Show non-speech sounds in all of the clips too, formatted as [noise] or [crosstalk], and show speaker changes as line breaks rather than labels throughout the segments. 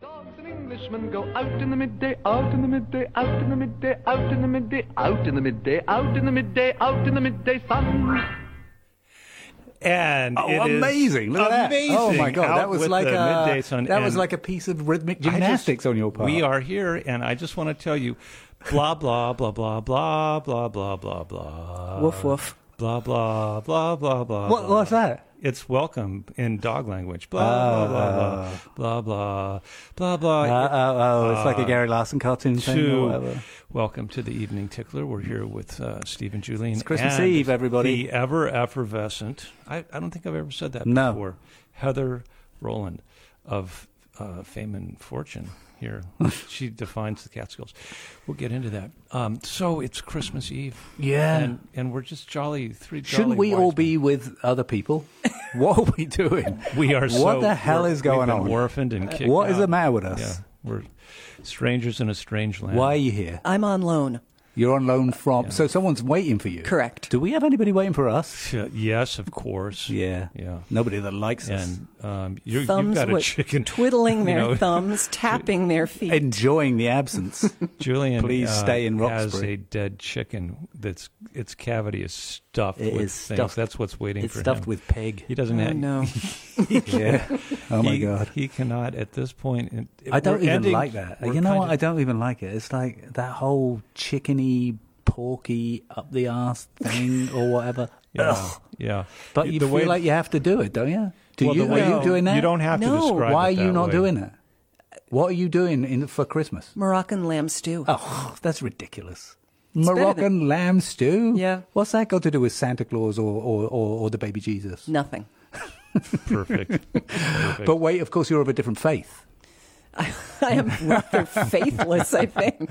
Does an Englishman go out in the midday, out in the midday, out in the midday, out in the midday, out in the midday, out in the midday, out in the midday sun?
And
Oh,
it is
amazing. Look at
amazing.
that.
Oh my god,
Out
that was
with
like
the midday
a
sun
that was
and
like a piece of rhythmic
I just-
gymnastics on your part.
We are here, and I just want to tell you, blah blah blah blah blah blah blah blah blah.
Woof woof.
Blah blah blah blah blah.
What
blah.
what's that?
It's welcome in dog language. Blah blah
Ah.
blah blah blah blah blah.
Uh, oh, oh, it's like a Gary Larson cartoon thing or
to
whatever.
welcome to the evening tickler. We're here with uh, Steve and Julie.
It's Christmas Eve, everybody.
The ever effervescent. I, I don't think I've ever said that
No.
before. Heather Roland of uh, Fame and Fortune
[laughs]
here. she defines the Catskills. We'll get into that. Um, so it's Christmas Eve.
Yeah.
And, and we're just jolly three. Jolly
Shouldn't we
wise
all
men.
be with other people? [laughs] what are we doing?
We are.
What
so-
the hell
we're-
is
we've
going
been
on?
Orphaned and kicked.
What is
out.
the matter with us?
Yeah, we're strangers in a strange land.
Why are you here?
I'm on loan.
You're on loan from. So someone's waiting for you.
Correct.
Do we have anybody waiting for us?
T- Yes, of course.
Yeah.
Yeah.
Nobody that likes us.
And um, you, you've
Thumbs
got a
[laughs]
with-
chicken.
twiddling
you
their
know.
thumbs, tapping their feet.
Enjoying the absence.
[laughs] Julian,
Please
uh,
stay in
Has
Roxbury.
a dead chicken that's its cavity is stuffed
It
with
is
things.
stuffed-
That's what's waiting
it's
for
stuffed
him.
with pig.
He doesn't
oh
have.
no.
[laughs] Yeah. Oh my
he,
god.
He cannot at this point. and
I don't
we're
even
ending-
like that.
we're
You know
kind
what?
of-
I don't even like it. It's like that whole chickeny, porky, up the arse thing or whatever.
[laughs] Yeah.
Ugh.
yeah.
But you
the
feel
way,
like you have to do it, don't you? Do
well, the
you?
way-
Are you doing that?
You don't have to
No.
describe
Why are
it
you
that
not
way.
doing it? What are you doing in, for Christmas?
Moroccan lamb stew.
Oh, that's ridiculous.
better
Moroccan lamb stew?
Yeah.
What's that got to do with Santa Claus or, or, or, or the baby Jesus?
Nothing.
[laughs]
[laughs]
Perfect. Perfect.
But wait, of course, you're of a different faith.
I, I am rather faithless, I think.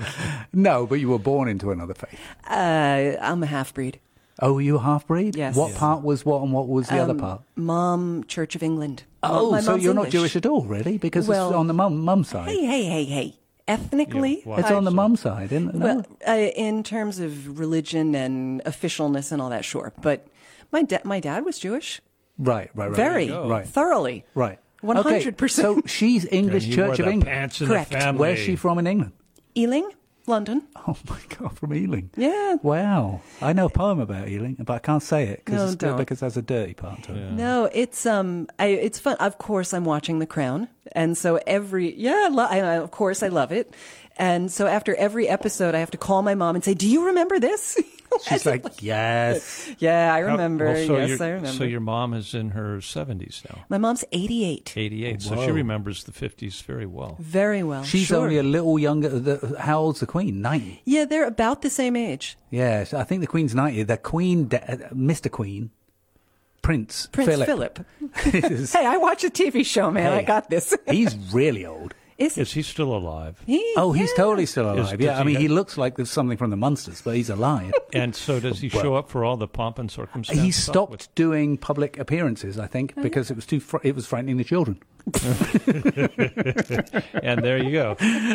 No, but you were born into another faith.
Uh, I'm a half breed.
Oh, were you half breed?
Yes.
What
Yeah.
part was what and what was the other part?
Um, Mom, Church of England.
Oh,
My
so
mom's
you're not
English.
Jewish at all, really? Because
Well-
it's on the mum mum side.
Hey, hey, hey, hey. Ethnically,
Yeah, wow.
It's
I-
on the mum side, isn't it? No?
Well, uh, in terms of religion and officialness and all that, sure. But my da- my dad was Jewish,
right, right, right.
very
right,
thougly,
right.
one
Okay,
hundred percent.
So she's
And
English
you wore
Church of
the
England.
Pants in
Correct.
The family.
Where's she from in England? [laughs]
Ealing, London.
Oh my God, from Ealing.
Yeah.
Wow. I know a poem about Ealing, but I can't say it
No,
because
don't.
because that's a dirty part to it.
No, it's um, I, it's fun. Of course, I'm watching The Crown, and so every yeah, I lo- I, I- of course, I love it. And so after every episode, I have to call my mom and say, "Do you remember this?" [laughs]
She's like, yes.
yeah, I
How-
remember.
well, so
yes,
your-
I remember.
So your mom is in her 70s now.
my mom's 88,
88. So she
Whoa.
remembers the 50s very well.
very well.
She's
sure.
only a little younger. The, how old's the Queen? 90.
yeah, they're about the same age.
Yes, I think the Queen's 90. The Queen, da- uh, Mr. Queen, Prince, [laughs]
Prince Philip. [laughs] Hey, I watch a TV show, man. I
Hey.
got this. [laughs]
He's really old.
Is
Is he still alive?
he?
Oh, he's
yeah.
totally still
Is-
alive.
does
yeah, I
he
mean,
have-
he looks like there's something from the Munsters, but he's
[laughs]
alive.
And so does he show up for all the pomp and circumstance?
he
stuff
stopped
with-
doing public appearances, I
Oh,
think, because it was too fr- it was frightening the children.
and there you go.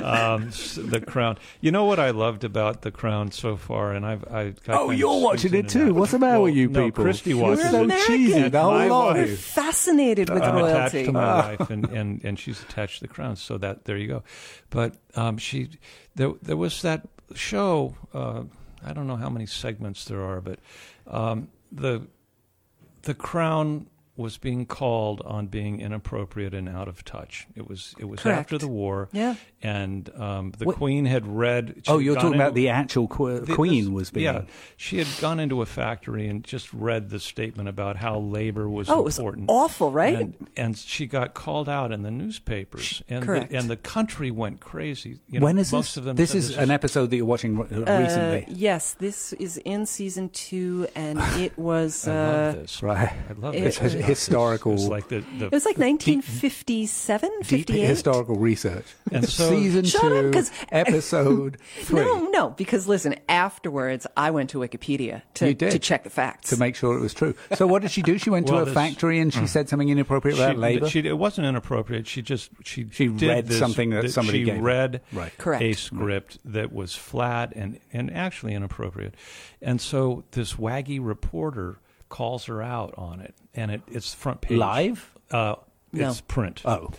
Um, s- the Crown. You know what I loved about The Crown so far, and I've I got
Oh,
kind of
you're watching
snooped in
it
and
too.
out.
What's the matter
Well,
with you
no,
people?
Christy
You're
watches
so
it.
American.
cheesy. The
My
whole lot.
wife.
We're fascinated with
I'm attached
royalty. Ah.
to my wife, and, and, and she's attached to the crown. So that there you go. But um, she, there there was that show. Uh, I don't know how many segments there are, but um, the the crown was being called on being inappropriate and out of touch. It was it was
Correct.
after the war.
Yeah.
and um, the
What-
queen had read.
Oh, you're
she'd
talking
gone
about
into-
the actual que-
the-
Queen
this-
was being.
Yeah, she had gone into a factory and just read the statement about how labor was
Oh, it was
important.
awful, right?
And, and she got called out in the newspapers, and
correct.
The, and the country went crazy. You know,
When is
most
this?
of them?
this
said
is an episode that you're watching r- uh,
Uh,
recently,
yes, this is in season two,
[sighs]
and it was
I love
uh,
this.
right?
I love
it
this.
was-
It's
historical-
It's like the, the
[laughs]
it was like 1957,
Deep
58.
historical research.
And so-
season
Shut up,
two,
'cause- [laughs]
episode three,
No, no, because listen, afterwards I went to Wikipedia to,
You did.
to check the facts.
to make sure it was true. So what did she do? She went
Well,
to a
this- Mm.
factory and she said something inappropriate about labour.
She, it wasn't inappropriate. She just she
She
did
read
this-
something that somebody
she
gave her.
read
Right.
Correct.
a script that was flat and and actually inappropriate, and so this waggy reporter calls her out on it, and it it's front page
Live?
Uh,
No.
It's print.
Oh.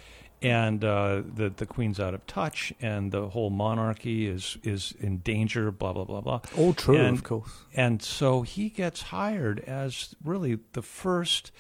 and uh, that the queen's out of touch, and the whole monarchy is is in danger. Blah blah blah blah.
All Oh, true,
And-
of course.
And so he gets hired as really the first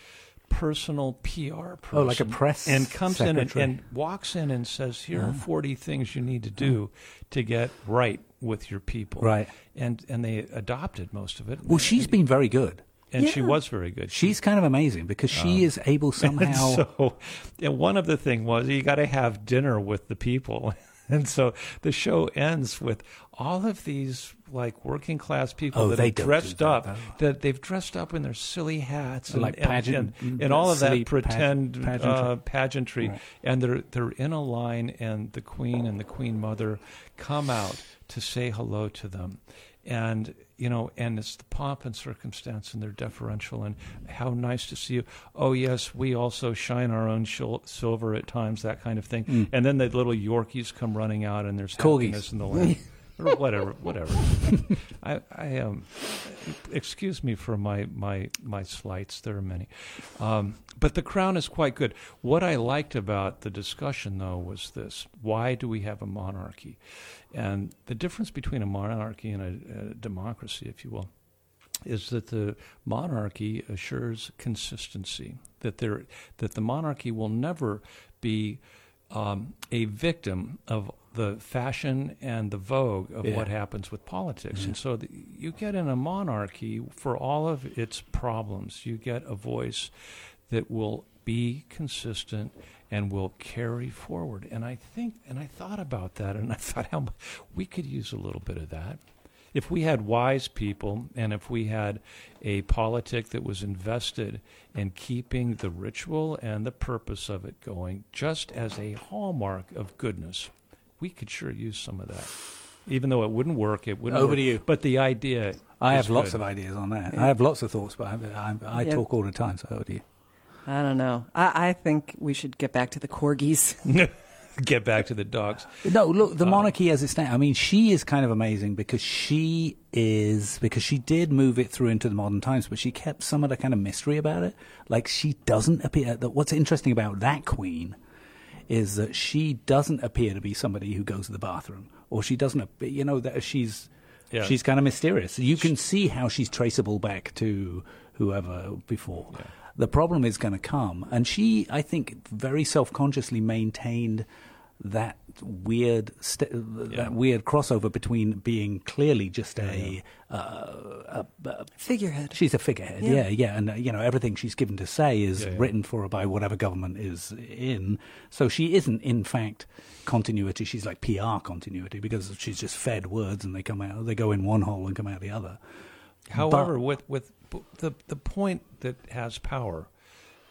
personal PR person.
Oh, like a press
and comes
secretary. Uh-huh.
in and, and walks in and says, "Here are forty things you need to do to get right with your people."
Right.
And and they adopted most of it.
Well, she's been very good.
and she
Yeah.
was very good.
She's kind of amazing because she is
[laughs]
able
And
somehow.
Oh. so, and one of the thing was you got to have dinner with the people, [laughs] and so the show ends with all of these like working class people
Oh,
that
they
have
don't do
dressed
that,
up,
though.
that they've dressed up in their silly hats and
Like
and-
pageant-
and, and all of
silly
that
page-
pretend
pageantry.
Uh, pageantry,
Right.
and they're they're in a line, and the queen and the queen mother come out to say hello to them, and you know, and it's the pomp and circumstance, and they're deferential, and how nice to see you. Oh yes, we also shine our own shil- silver at times, that kind of thing. And then the little Yorkies come running out, and there's
Corgis.
happiness in the land. Or whatever, whatever. I, I um, excuse me for my my my slights. There are many, um, but the crown is quite good. What I liked about the discussion, though, was this: Why do we have a monarchy? And the difference between a monarchy and a, a democracy, if you will, is that the monarchy assures consistency. That there, that the monarchy will never be um, a victim of the fashion and the vogue of
Yeah.
what happens with politics. And so the, you get in a monarchy for all of its problems, you get a voice that will be consistent and will carry forward. And I think, and I thought about that, and I thought how mu- we could use a little bit of that. If we had wise people and if we had a politic that was invested in keeping the ritual and the purpose of it going just as a hallmark of goodness, we could sure use some of that. Even though it wouldn't work, it wouldn't
Over
work.
to you.
But the idea
I
is
have lots
good.
of ideas on that. I have lots of thoughts, but I, I, I
Yeah.
talk all the time, so over to you.
I don't know. I, I think we should get back to the corgis. [laughs]
[laughs] Get back to the dogs.
No, look, the monarchy as it stands. I mean, she is kind of amazing because she is because she did move it through into the modern times, but she kept some of the kind of mystery about it. Like she doesn't appear. That what's interesting about that queen is that she doesn't appear to be somebody who goes to the bathroom, or she doesn't. appe- You know that she's
Yeah.
she's kind of mysterious. You can see how she's traceable back to whoever before. The problem is going to come, and she, I think, very self-consciously maintained that weird st- that weird crossover between being clearly just a Uh, a, a
Figurehead.
She's a figurehead,
Yeah.
yeah, yeah, and uh, you know everything she's given to say is
Yeah, yeah.
written for her by whatever government is in. So she isn't, in fact, continuity. She's like PR continuity because she's just fed words and they come out, they go in one hole and come out the other.
However, with with p- the the point that has power,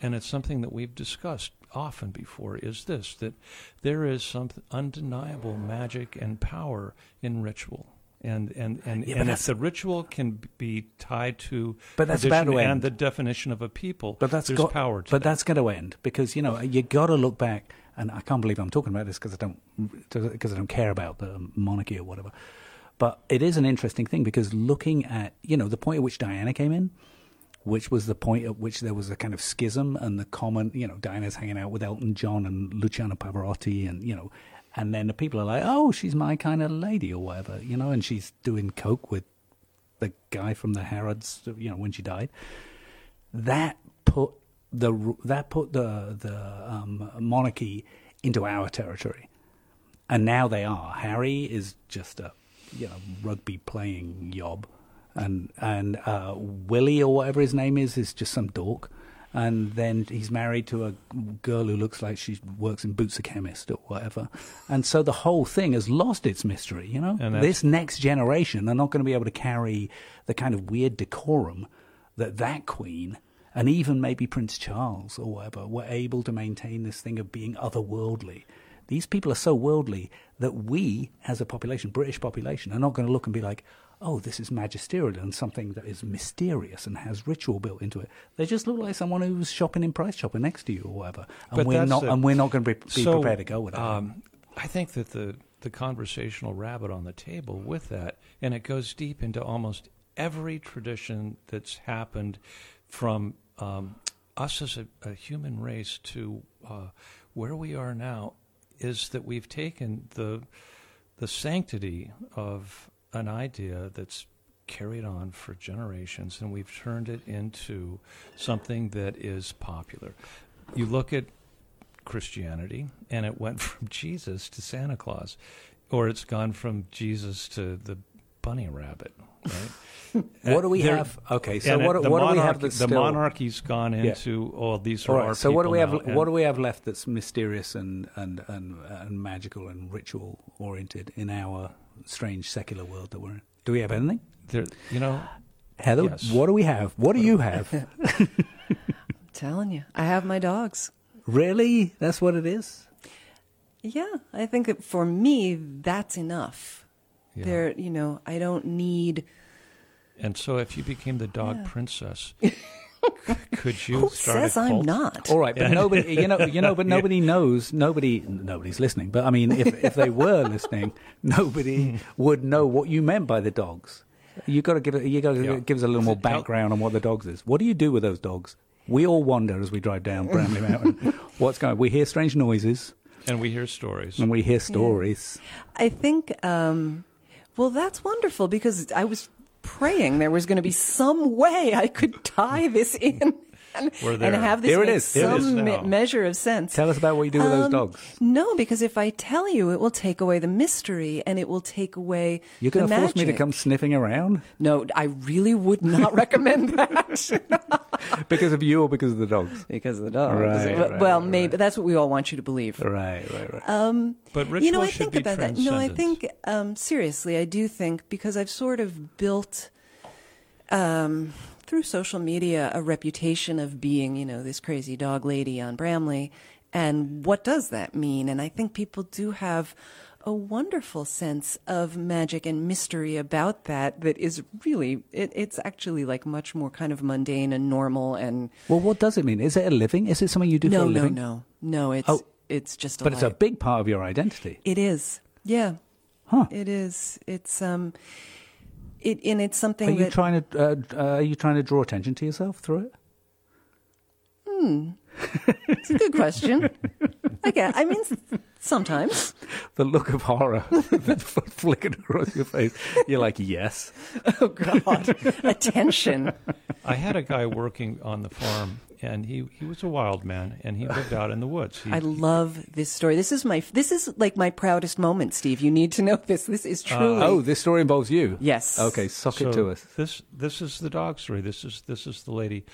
and it's something that we've discussed often before, is this that there is some undeniable magic and power in ritual. And and and,
Yeah,
and
but
if
that's-
the ritual can be tied to
But that's
tradition
about to
and
end.
the definition of a people,
But that's
there's
got,
power to
But
that.
that's going to end because you know you got to look back, and I can't believe I'm talking about this because I don't because I don't care about the monarchy or whatever. But it is an interesting thing because looking at you know the point at which Diana came in, which was the point at which there was a kind of schism and the common you know Diana's hanging out with Elton John and Luciano Pavarotti and you know, and then the people are like, oh, she's my kind of lady or whatever, you know, and she's doing coke with the guy from the Harrods, you know, when she died that put the that put the the um, monarchy into our territory, and now they are. Harry is just a you know rugby playing yob, and and uh, Willie or whatever his name is is just some dork, and then he's married to a girl who looks like she works in Boots a Chemist or whatever, and so the whole thing has lost its mystery. You know,
And that's-
this next generation are not going to be able to carry the kind of weird decorum that that queen and even maybe Prince Charles or whatever were able to maintain this thing of being otherworldly. These people are so worldly that we, as a population, British population, are not going to look and be like, oh, this is magisterial and something that is mysterious and has ritual built into it. They just look like someone who's shopping in Price Chopper next to you or whatever. And
But
we're
that's
not
the-
and we're not going to be, be prepared to go with it.
Um, I think that the the conversational rabbit on the table with that, and it goes deep into almost every tradition that's happened from um, us as a, a human race to uh, where we are now is that we've taken the the sanctity of an idea that's carried on for generations and we've turned it into something that is popular. You look at Christianity and it went [laughs] from Jesus to Santa Claus or it's gone from Jesus to the bunny rabbit, right?
[laughs] What do we
Uh, there-
have? Okay, so
and, uh,
what,
the
what do we
monarchy-
have that's
the
still-
monarchy's gone into all these are
All
our
right, so what do
people
we have?
now, and-
What do we have left that's mysterious and and and, and magical and ritual oriented in our strange secular world that we're in? Do we have anything?
there, you know,
Heather,
Yes.
what do we have? What do you
[laughs]
have?
I'm telling you, I have my dogs.
really? That's what it is.
Yeah, I think that for me that's enough.
Yeah.
There, you know, I don't need.
and so if you became the dog
[laughs]
princess, c- could you
Who
start a
says I'm
cult?
not?
All right, but nobody, you know, you
[laughs]
know, but nobody knows. Nobody, nobody's listening. But I mean, if if they were listening, [laughs]
Hmm.
nobody would know what you meant by the dogs. You got to give it. You got to
Yeah.
give us a little more
Tell-
background on what the dogs is. What do you do with those dogs? We all wonder as we drive
[laughs]
down Bramley Mountain. What's going? We hear strange noises
And we hear stories.
and we hear stories.
I think, um, well, that's wonderful because I was praying there was going to be some way I could tie this
[laughs]
in and,
We're
and
there.
have this
Here it
make
is. Here
it is
some
now.
me- measure of sense.
Tell us about what you do with those
Um,
dogs.
No, because if I tell you, it will take away the mystery and it will take away
You're going
the
to force me to
magic.
come sniffing
[laughs]
around
No, I really would
[laughs]
not recommend that.
because of you or because of the dogs?
because of the dogs.
Right,
well,
right,
well,
right,
maybe that's what we all want you to believe.
Right, right,
Uh,
right.
but ritual
you know, I
should
think
be
about that. No, I
transcendent.
think um, seriously, I do think because I've sort of built um, through social media a reputation of being, you know, this crazy dog lady on Bramley, and what does that mean? And I think people do have a wonderful sense of magic and mystery about that that is really it, it's actually like much more kind of mundane and normal and
well, what does it mean? Is it a living? Is it something you do
no
for a
no
living?
no no it's
Oh.
it's just a
But it's a
life.
big part of your identity.
It is. Yeah.
Huh.
It is. It's um it and it's something
Are you
that
trying to uh, uh, are you trying to draw attention to yourself through it?
it's a good question. I guess, I mean s-
[laughs]
sometimes.
The look of horror that fl- flickered across your face. You're like, yes.
Oh god. [laughs] Attention.
I had a guy working on the farm, and he, he was a wild man, and he lived out in the woods. He,
[laughs] I love this story. This is my this is like my proudest moment, Steve. You need to know this. This is
Uh,
truly
Oh, this story involves you.
Yes.
Okay, sock
so
it to us.
This this is the dog story. This is this is the lady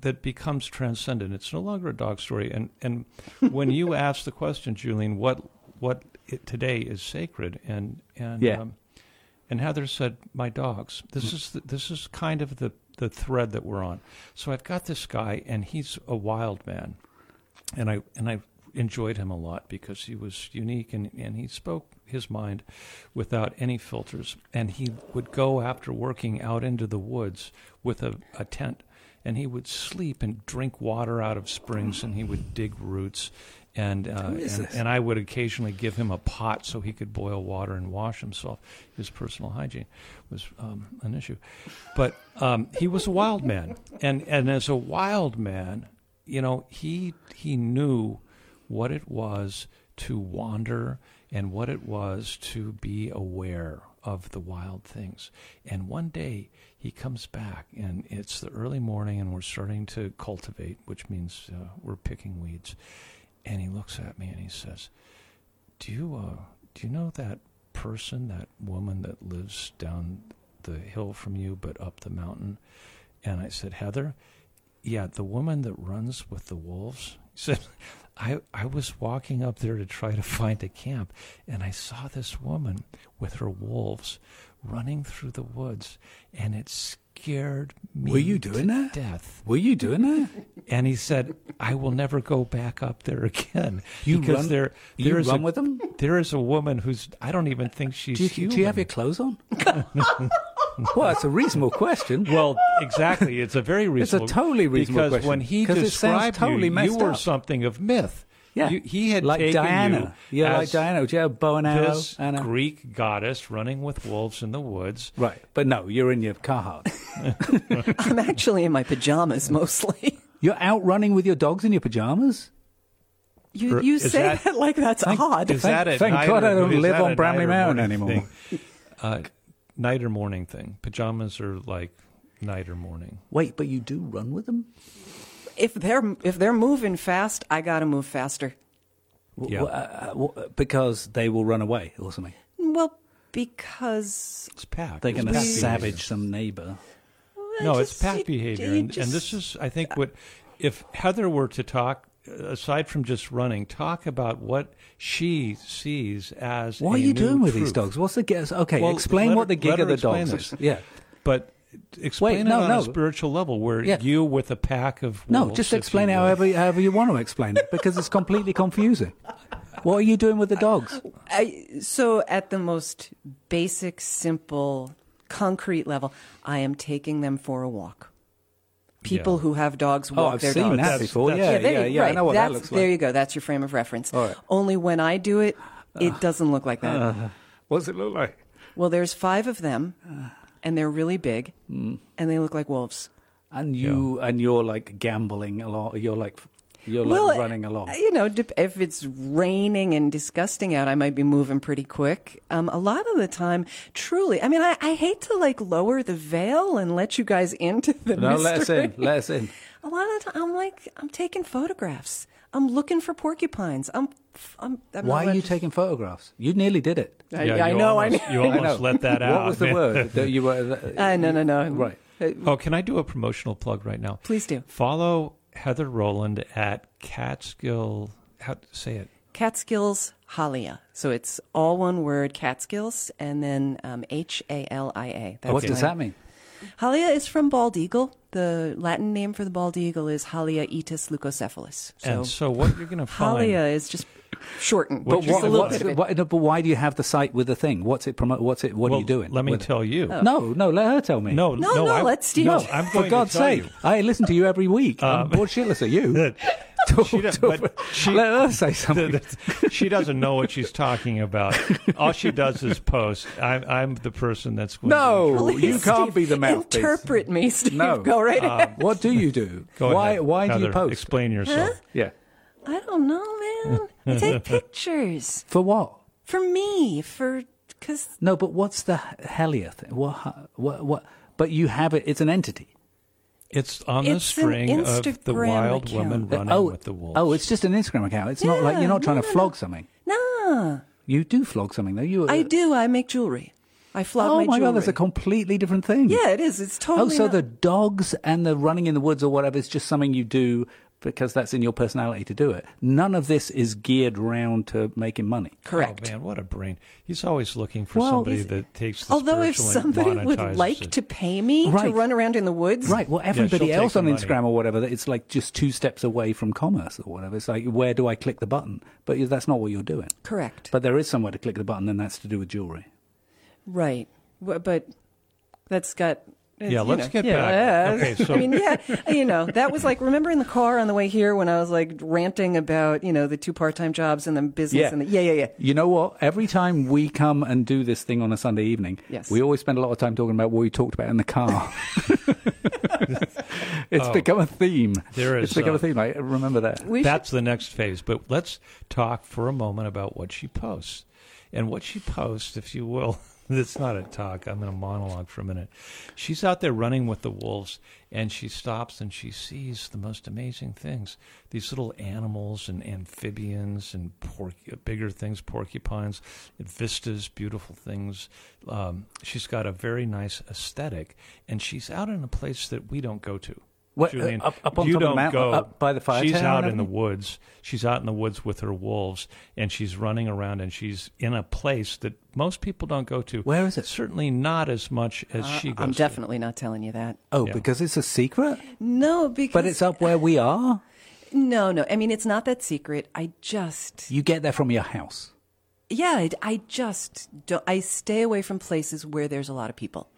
that becomes transcendent. It's no longer a dog story. And
[laughs]
and when you ask the question, Julian, what what it, today is sacred, and and um,
Yeah. Mm.
and Heather said, "My dogs." This is the, this is kind of the the thread that we're on. So I've got this guy, and he's a wild man, and I and I enjoyed him a lot because he was unique and, and he spoke his mind without any filters. And he would go after working out into the woods with a, a tent and he would sleep and drink water out of springs and he would dig roots and uh, and, and I would occasionally give him a pot so he could boil water and wash himself. His personal hygiene was um, an issue, but um, he was a wild man, and and as a wild man, you know he he knew what it was to wander and what it was to be aware of the wild things. And one day he comes back, and it's the early morning, and we're starting to cultivate, which means uh, we're picking weeds. And he looks at me and he says, "Do you uh, do you know that person, that woman that lives down the hill from you, but up the mountain?" And I said, "Heather." yeah, the woman that runs with the wolves He said, [laughs] I, I was walking up there to try to find a camp, and I saw this woman with her wolves running through the woods, and it scared me
Were you doing
to
that?
death.
Were you doing that?
And he said, I will never go back up there again.
You
because
run-
there,
you
there is
run
a,
with them?
There is a woman who's, I don't even think she's
Do you, do you have
human.
your clothes on? well, that's a reasonable question.
[laughs] Well, exactly. It's a very reasonable.
totally reasonable
because
question.
when he
'Cause it sounds
described
totally
you, you
messed
were
up.
something of myth.
yeah,
You- he had
like
taken
Diana.
you
yeah, like
as
Diana. Do you have a bow and arrow?
this
and a-
Greek goddess running with wolves in the woods.
Right, but no, you're in your Carhartt.
I'm actually in my pajamas mostly. [laughs]
You're out running with your dogs in your pajamas.
You
Or
you
is
say
that-
that, like that's odd.
Is
Thank-
that a
thank
night
God
or-
I don't
is
live
that
on
a
Bramley
night or
Mountain
morning
anymore.
thing? Uh, night or morning thing. Pajamas are like night or morning.
Wait, but you do run with them?
If they're if they're moving fast, I gotta move faster.
W-
Yeah.
w- uh, w- uh, because they will run away or something.
Well, because
It's packed.
They're
It's
going to
pack
savage
behavior.
some neighbor.
No,
I
it's
just-
pack
you-
behavior,
you
and, and this
just-
is, I think, what if Heather were to talk. Aside from just running, talk about what she sees as.
What
a
are you
new
doing with these
truth.
dogs? What's the guess? Okay,
Well,
explain
let
what
her-
the gig
let
of
her
the dogs
explain
is.
this.
Yeah.
But explain
Wait,
it
no,
on
no.
a spiritual level, where
Yeah.
you with a pack of
No,
wolves,
just
if you
explain it
will.
however, however you want to explain it because it's completely confusing. What are you doing with the
[laughs]
dogs? Oh,
I, so at the most basic, simple, concrete level, I am taking them for a walk. People
Yeah.
who have dogs walk
Oh, I've
their
seen
dogs.
that before.
that's-
Yeah,
there
yeah,
you-
yeah. I
right,
know what that
that's-
looks
There
like.
you go. That's your frame of reference.
All right. Uh.
Only when I do it, it doesn't look like that.
What's it look like?
Well, there's five of them,
Uh.
and they're really big,
Mm.
and they look like wolves.
And you and you're like gambling along. You're like you're like running along.
uh, You know, dep- if it's raining and disgusting out, I might be moving pretty quick. Um, a lot of the time, truly, I mean, I, I hate to like lower the veil and let you guys into the
no,
mystery.
let us in. Let
[laughs]
us in.
A lot of the time, I'm like, I'm taking photographs. I'm looking for porcupines. I'm, I'm. I'm
Why
not
are you
allowed-
taking photographs? You nearly
[laughs]
did it.
I,
Yeah,
I
you
know.
almost-
I know. [laughs]
You almost let that out.
[laughs] What was the
man.
word that you were?
Uh, no, no, no.
Right.
[laughs] Oh, can I do a promotional plug right now?
Please do.
Follow Heather Rowland at Catskill. How to say it?
Catskills Halia. So it's all one word, Catskills, and then um, H A L I A. That's
What does
my-
that mean?
Halia is from bald eagle. The Latin name for the bald eagle is Halia itis leucocephalus. So,
and so what you're going to find?
uh,
Halia is just shortened,
But
but just
what-
a little
what's
bit of
it-
it.
what- no, but why do you have the site with the thing? What's it promote? What's it? What
well,
are you doing?
Let me
with it? Oh.
tell you.
No, no, let her tell me.
No,
No, no,
I,
let Steve-
No,
No,
I'm going
for God's
to tell
sake, I listen to you every week. I'm bored shitless at you. [laughs]
You. [laughs] She does- but she-
let her
[laughs]
say something.
she doesn't know what she's talking about. All she does is post. I'm, I'm the person that's going
No,
Please,
you can't
Steve,
be the mouthpiece.
Interpret me, Steve.
No.
Go right ahead.
[laughs] What do you do?
to Um, [laughs] go
why?
ahead,
Why do you
Heather,
post?
Explain yourself.
Yeah.
I don't know, man.
[laughs]
I take pictures
For what?
for me, for because
No, but what's the Helia thing? What? What? What? But you have it. It's an entity.
It's on the
It's an
string of the
Instagram
wild
account.
woman running
oh,
with the wolves.
oh, it's just an Instagram account. It's not like you're not trying to flog something.
Nah,
You do flog something though. You. uh,
I do. I make jewelry. I flog
Oh
my
my
jewelry.
god, that's a completely different thing.
yeah, it is. It's
Oh,
totally.
so
not-
the dogs and the running in the woods or whatever is just something you do because that's in your personality to do it. None of this is geared round to making money.
correct.
Oh man, what a brain! He's always looking for
Well,
somebody
he's-
that takes. The
Although if
spiritual and
somebody would
monetizes
like
it.
to pay me to
Right.
run around in the woods,
Right. Well, everybody
she'll
else
take
on
the
Instagram
money.
or whatever, it's like just two steps away from commerce or whatever. It's like, where do I click the button? But you- that's not what you're doing.
correct,
But there is somewhere to click the button, and that's to do with jewelry.
right, W- but that's got. it's,
Yeah,
you
let's
know,
get
yeah.
back. Okay, so
[laughs] I mean, yeah, you know, that was like remember in the car on the way here when I was like ranting about you know the two part-time jobs and the business and the, yeah, yeah, yeah.
You know what? Every time we come and do this thing on a Sunday evening,
Yes.
we always spend a lot of time talking about what we talked about in the car. [laughs] it's become a theme.
Oh. There is,
It's become
uh,
a theme. I remember that.
We
that's the next phase. But let's talk for a moment about what she posts. And what she posts, if you will, [laughs] it's not a talk, I'm in a monologue for a minute. She's out there running with the wolves, and she stops and she sees the most amazing things these little animals and amphibians and porcu- bigger things, porcupines, and vistas, beautiful things. Um, she's got a very nice aesthetic, and she's out in a place that we don't go to.
What,
Julian,
uh, up- up on
you
top of the
don't
mount-
go
up by the fire
She's
tower
out
and
in the
everything?
woods. She's out in the woods with her wolves, and she's running around, and she's in a place that most people don't go to.
Where is it?
Certainly not as much as she goes.
uh, I'm
to.
definitely not telling you that.
Oh,
Yeah.
because it's a secret?
No, because
But it's up where we are?
No, no. I mean, it's not that secret. I just
You get there from your house.
yeah, I, I just don't, I stay away from places where there's a lot of people.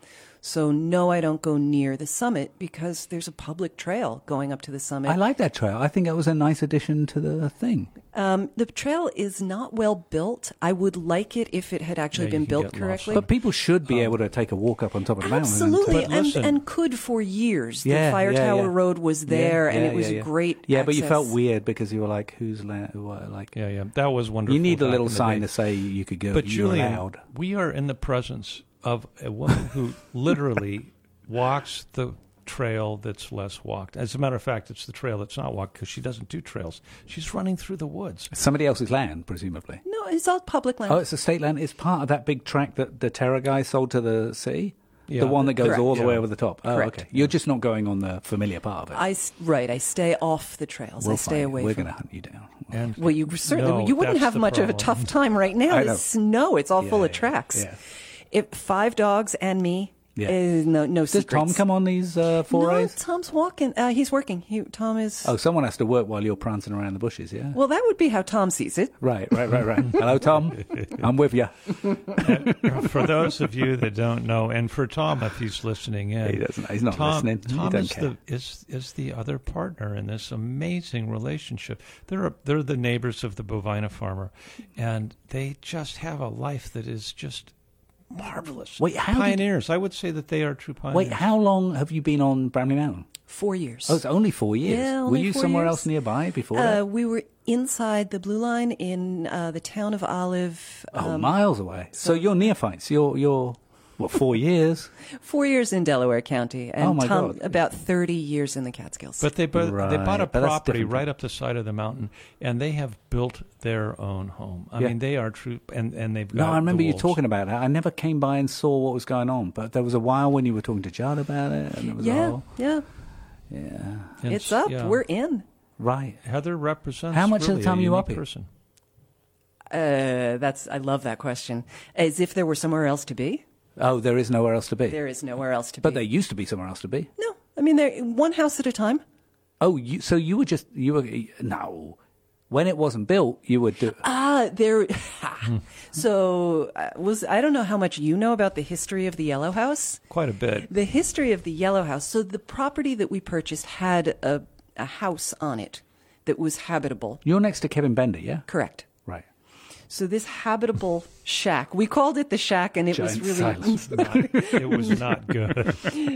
So no, I don't go near the summit because there's a public trail going up to the summit.
I like that trail. I think that was a nice addition to the thing.
Um, the trail is not well built. I would like it if it had actually
Yeah, you
been
can
built
get lost.
correctly.
But people should
Oh.
be able to take a walk up on top of the mountain. and
Absolutely,
take-
But
and,
listen-
and could for years.
Yeah,
the Fire
yeah,
Tower
yeah.
Road was there,
Yeah,
and
yeah,
it was
yeah, yeah.
great.
Yeah, but you felt
access.
weird because you were like, "Who's la- what, like?"
Yeah, yeah. That was wonderful.
You need a
back
little
in the
sign
day.
to say you could go.
But
you're
Julian,
allowed.
we are in the presence of a woman
[laughs]
who literally walks the trail that's less walked. As a matter of fact, it's the trail that's not walked because she doesn't do trails. She's running through the woods.
somebody else's land, presumably.
No, it's all public land.
Oh, it's a state land. It's part of that big tract that the Terra guy sold to the sea.
Yeah.
the one that goes
Correct.
all the way
Yeah.
over the top. Oh,
Correct.
okay. You're just not going on the familiar part of it.
I s- right. I stay off the trails. I
We'll
stay
find-
away.
We're
from
going to hunt you down.
And
Well, you certainly
No,
you wouldn't
that's
have
the
much of a
problem.
tough time right now.
I know.
It's snow. It's all
Yeah,
full of
yeah,
tracks.
yeah.
If five dogs and me,
Yeah.
is no no
Does Tom
secrets.
come on these uh, forays?
No, Tom's walking. Uh, he's working. He, Tom is.
Oh, someone has to work while you're prancing around the bushes. Yeah.
Well, that would be how Tom sees it.
Right, right, right, right. Hello, Tom.
[laughs]
I'm with you.
for those of you that don't know, and for Tom if he's listening in,
He doesn't- he's not
Tom,
listening. He
Tom
don't
is
care.
the is is the other partner in this amazing relationship. They're they're the neighbors of the bovina farmer, and they just have a life that is just marvelous.
Wait, how did-
pioneers? I would say that they are true pioneers.
Wait, how long have you been on Bramley Mountain?
Four years.
Oh, it's only four years.
Yeah,
Were
only
you
four
somewhere
years.
else nearby before?
uh,
that?
we were inside the Blue Line in uh, the town of Olive. uh,
Oh, miles away. So you're neophytes. You're you're what four
[laughs]
years?
Four years in Delaware County, and
Oh, my
Tom
God.
about thirty years in the Catskills.
But they bought, they
Right,
bought a
but that's
property
different.
right up the side of the mountain, and they have built their own home. I
Yeah.
mean, they are true, and and they've got.
No, I remember
the
you
wolves.
talking about that. I never came by and saw what was going on, but there was a while when you were talking to Judd about it, and it was
yeah,
all
yeah,
yeah,
And
it's
s-
up.
yeah.
We're in.
right.
Heather represents.
How much of the
really a
time you
unique
up here?
Person.
Uh, that's I love that question. As if there were somewhere else to be.
Oh, there is nowhere else to be.
There is nowhere else to
but
be.
there used to be somewhere else to be.
no, I mean, there one house at a time.
Oh, you, so you were just you were no. When it wasn't built, you would do.
Ah, there.
Hmm.
[laughs] so uh, was I don't know how much you know about the history of the Yellow House.
Quite a bit.
[laughs] The history of the Yellow House. So the property that we purchased had a a house on it that was habitable.
You're next to Kevin Bender, yeah.
Correct.
Right.
So this habitable shack, we called it the shack, and it
Giant
was really [laughs]
silence.
it was not good.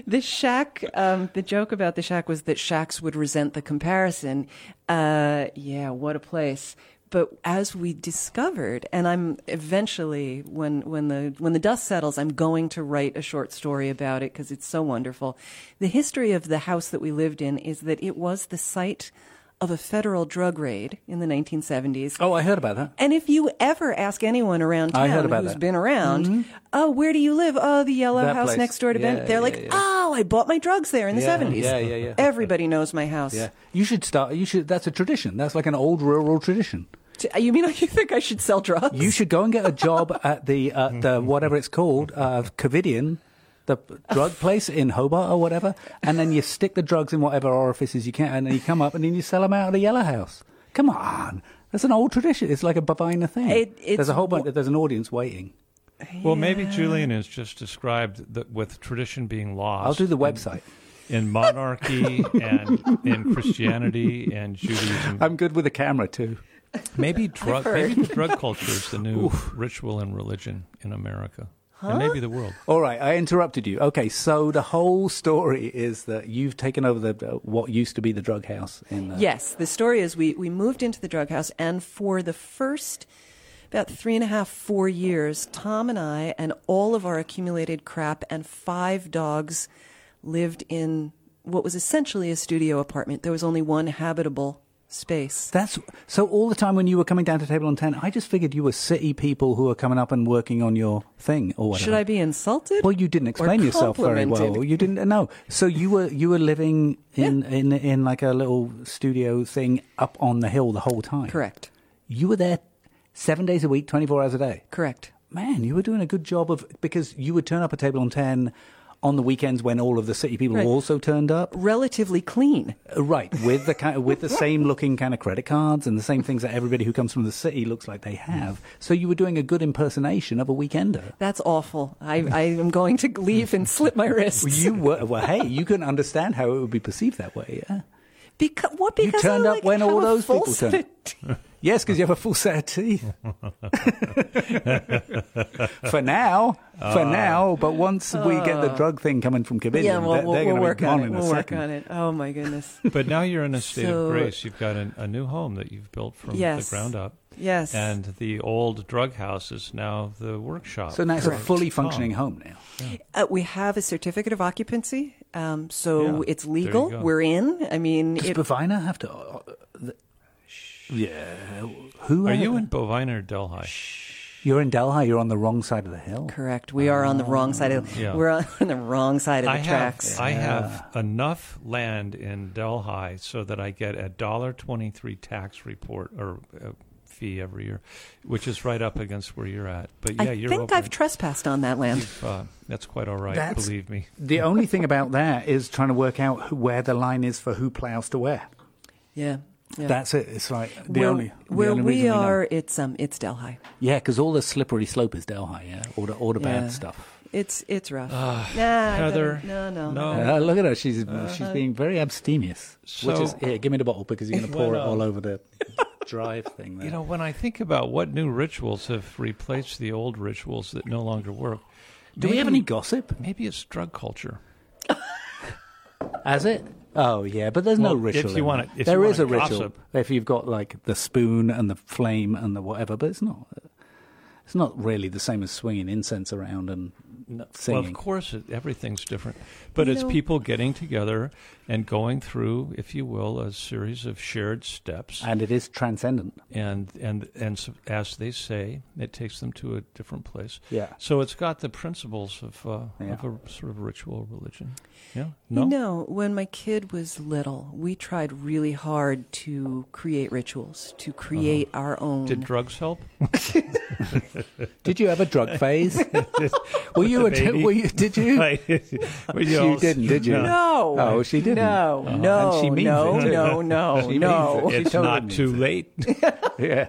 the shack. Um, the joke about the shack was that shacks would resent the comparison. Uh, yeah, what a place. But as we discovered, and I'm eventually when when the when the dust settles, I'm going to write a short story about it because it's so wonderful. The history of the house that we lived in is that it was the site of a federal drug raid in the 1970s.
Oh, I heard about that.
And if you ever ask anyone around
I
town
heard
who's
about that. Mm-hmm.
been around, oh, where do you live? Oh, the yellow
That
house
place.
next door to
Yeah,
Ben. They're
yeah,
like,
yeah.
oh, I bought my drugs there in the
Yeah,
70s.
yeah, yeah, yeah.
Everybody knows my house.
Yeah, you should start. You should. That's a tradition. That's like an old rural tradition.
T- You mean [laughs] you think I should sell drugs?
You should go and get a [laughs] job at the uh, the whatever it's called, uh, Covidian, the p- drug place in Hobart or whatever, and then you stick the drugs in whatever orifices you can, and then you come up and then you sell them out of the Yellow House. Come on, that's an old tradition. It's like a Bavina thing.
It- it's
there's a whole bunch.
wo-
There's an audience waiting.
Well, maybe Julian has just described the, with tradition being lost.
I'll do the website.
in
[laughs]
monarchy and in Christianity and Judaism.
I'm good with the camera too.
Maybe drug,
heard.
maybe the drug culture is the new ritual and religion in America and maybe the world.
All right, I interrupted you. Okay, so the whole story is that you've taken over the uh, what used to be the drug house in. Uh,
Yes. The story is we, we moved into the drug house, and for the first about three and a half, four years, Tom and I and all of our accumulated crap and five dogs lived in what was essentially a studio apartment. There was only one habitable space.
That's so. All the time when you were coming down to Table on Ten, I just figured you were city people who were coming up and working on your thing or whatever.
Should I be insulted?
Well, you didn't
or
explain yourself very well.
complimented?
You didn't know. So you were you were
[laughs]
living in, in in like a little studio thing up on the hill the whole time.
Correct.
You were there seven days a week, twenty four hours a day.
Correct.
Man, you were doing a good job of because you would turn up a Table on Ten on the weekends when all of the city people
Right.
also turned up.
Relatively clean.
Uh, Right, with the kind with the same looking kind of credit cards and the same things that everybody who comes from the city looks like they have. So you were doing a good impersonation of a weekender.
That's awful. I, I am going to leave and slip my
Well,
wrists.
you were well. Hey, you can understand how it would be perceived that way. Yeah.
because what? Because I
turned up
like
when
have
all
a
those
full
people turned up. [laughs]
set-
Yes, because you have a full set of teeth. [laughs] for now, for now. But once we get the drug thing coming from Cabinian,
Ah. Yeah, well,
they're,
we'll,
they're
we'll
going to
work
be gone
on it.
in a
We'll work
second.
on it. Oh
[laughs]
my goodness.
But now you're in a state
So-
of grace. You've got an, a new home that you've built from
Yes.
the ground up,
Yes.
and the old drug house is now the workshop.
So now it's a
Correct. Ah.
fully functioning home now.
Uh, we have a certificate of occupancy, um,
Yeah.
so it's
There you
legal.
go.
We're in. I mean,
Does
it,
Bovina have to? Uh, the, yeah. Who
Are you in Bovina or Delhi?
You're in Delhi. You're on the wrong side of the hill.
correct. We are
Ah.
on the wrong side of.
Yeah.
We're on [laughs] the wrong side of the
I
tracks.
have I have enough land in Delhi so that I get a dollar twenty three tax report or uh, fee every year, which is right up against where you're at. But yeah,
I
you're
think
over
I've trespassed on that land.
uh, that's quite all right.
That's-
Believe me.
The only thing about that is trying to work out who, where the line is for who plows to where.
Yeah. yeah.
That's it. It's like the
where
only the
where
only
we
reason know.
are, it's um, it's Delhi.
Yeah, because all the slippery slope is Delhi. Yeah, all the all the
Yeah.
bad stuff.
It's it's rough. nah,
Ah,
I
Heather,
better- no, no,
no.
Uh, look at her. She's she's being very abstemious. which
So-
is here. Give me the bottle because [laughs] you're going to
Well,
pour it
uh,
all over the drive thing. There.
You know, when I think about what new rituals have replaced the old rituals that no longer work,
do we have
maybe-
any gossip?
Maybe it's drug culture.
Has it? Oh yeah, but there's no
Well, if
ritual.
you
in
wanna-
that.
if
There
you
is a
wanna
ritual
gossip.
if you've got like the spoon and the flame and the whatever, but it's not. It's not really the same as swinging incense around and singing.
Well, of course, it, everything's different. But
You
it's
know-
people getting together and going through, if you will, a series of shared steps.
And it is transcendent.
and and and s- as they say, it takes them to a different place.
Yeah.
So it's got the principles of uh,
Yeah.
of a sort of ritual religion. Yeah.
No?
No.
when my kid was little, we tried really hard to create rituals, to create
Uh-huh.
our own.
Did drugs
[laughs]
help?
Did you have
[laughs]
a drug phase? were you?
the
a,
baby?
were you?
[laughs]
Did you?
you
You didn't, did
[laughs]
you?
no.
Oh, she didn't.
No,
Oh.
no,
And she means
no,
it, too. [laughs]
no, no,
She
no,
means it.
It's
totally
not
means
too
it.
late. [laughs]
Yeah.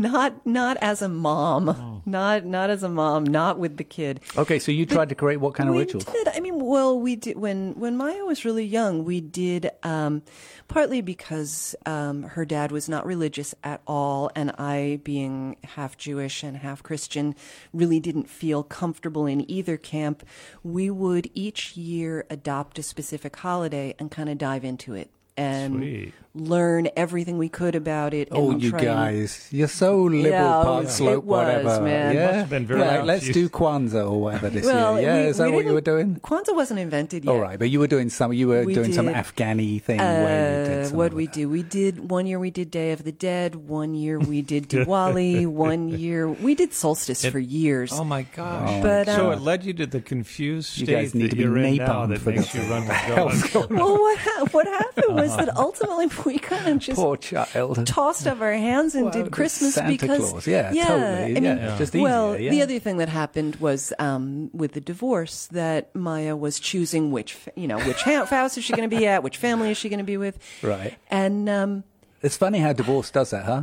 not not as a mom,
Oh.
not not as a mom, not with the kid.
Okay, so you tried to create what kind of
we
ritual?
Did, I mean, well, we did when when Maya was really young. We did um, partly because um, her dad was not religious at all, and I, being half Jewish and half Christian, really didn't feel comfortable in either camp. We would each year adopt a specific holiday and kind of dive into it and
Sweet.
learn everything we could about it. and
Oh, you
try and-
guys, you're so liberal,
Yeah, oh,
part
it
slope,
was,
whatever.
man.
Yeah,
Must
have been very
Well, let's do
confused.
Kwanzaa or whatever this
Well,
year. Yeah,
we-
is that
we
what you were
didn't-
doing?
Kwanzaa wasn't invented yet.
All right, but you were doing some. You were
We
doing some
did,
Afghani thing. where you did
Uh,
something
what
with
we
that.
do? We did one year. We did Day of the Dead. One year we did [laughs] Diwali. one year we did solstice for years.
Oh my gosh!
But,
so
um,
it led you to the confused
You
state
guys need
that
to be
you're in now
napalm
that
for
makes
the-
you
[laughs]
run with God.
well, what ha- what happened was that ultimately we kind of just
Oh. Poor child.
tossed up our hands and
Well,
did
the
Christmas
Santa
because
Claus, yeah, totally,
I
yeah,
mean,
it's just
well,
easier,
the
yeah.
other thing that happened was um, with the divorce that Maya was choosing which fa- you know which ha- house is she going to be at, which family is she going to be with,
Right.
And um,
It's funny how divorce does that, huh?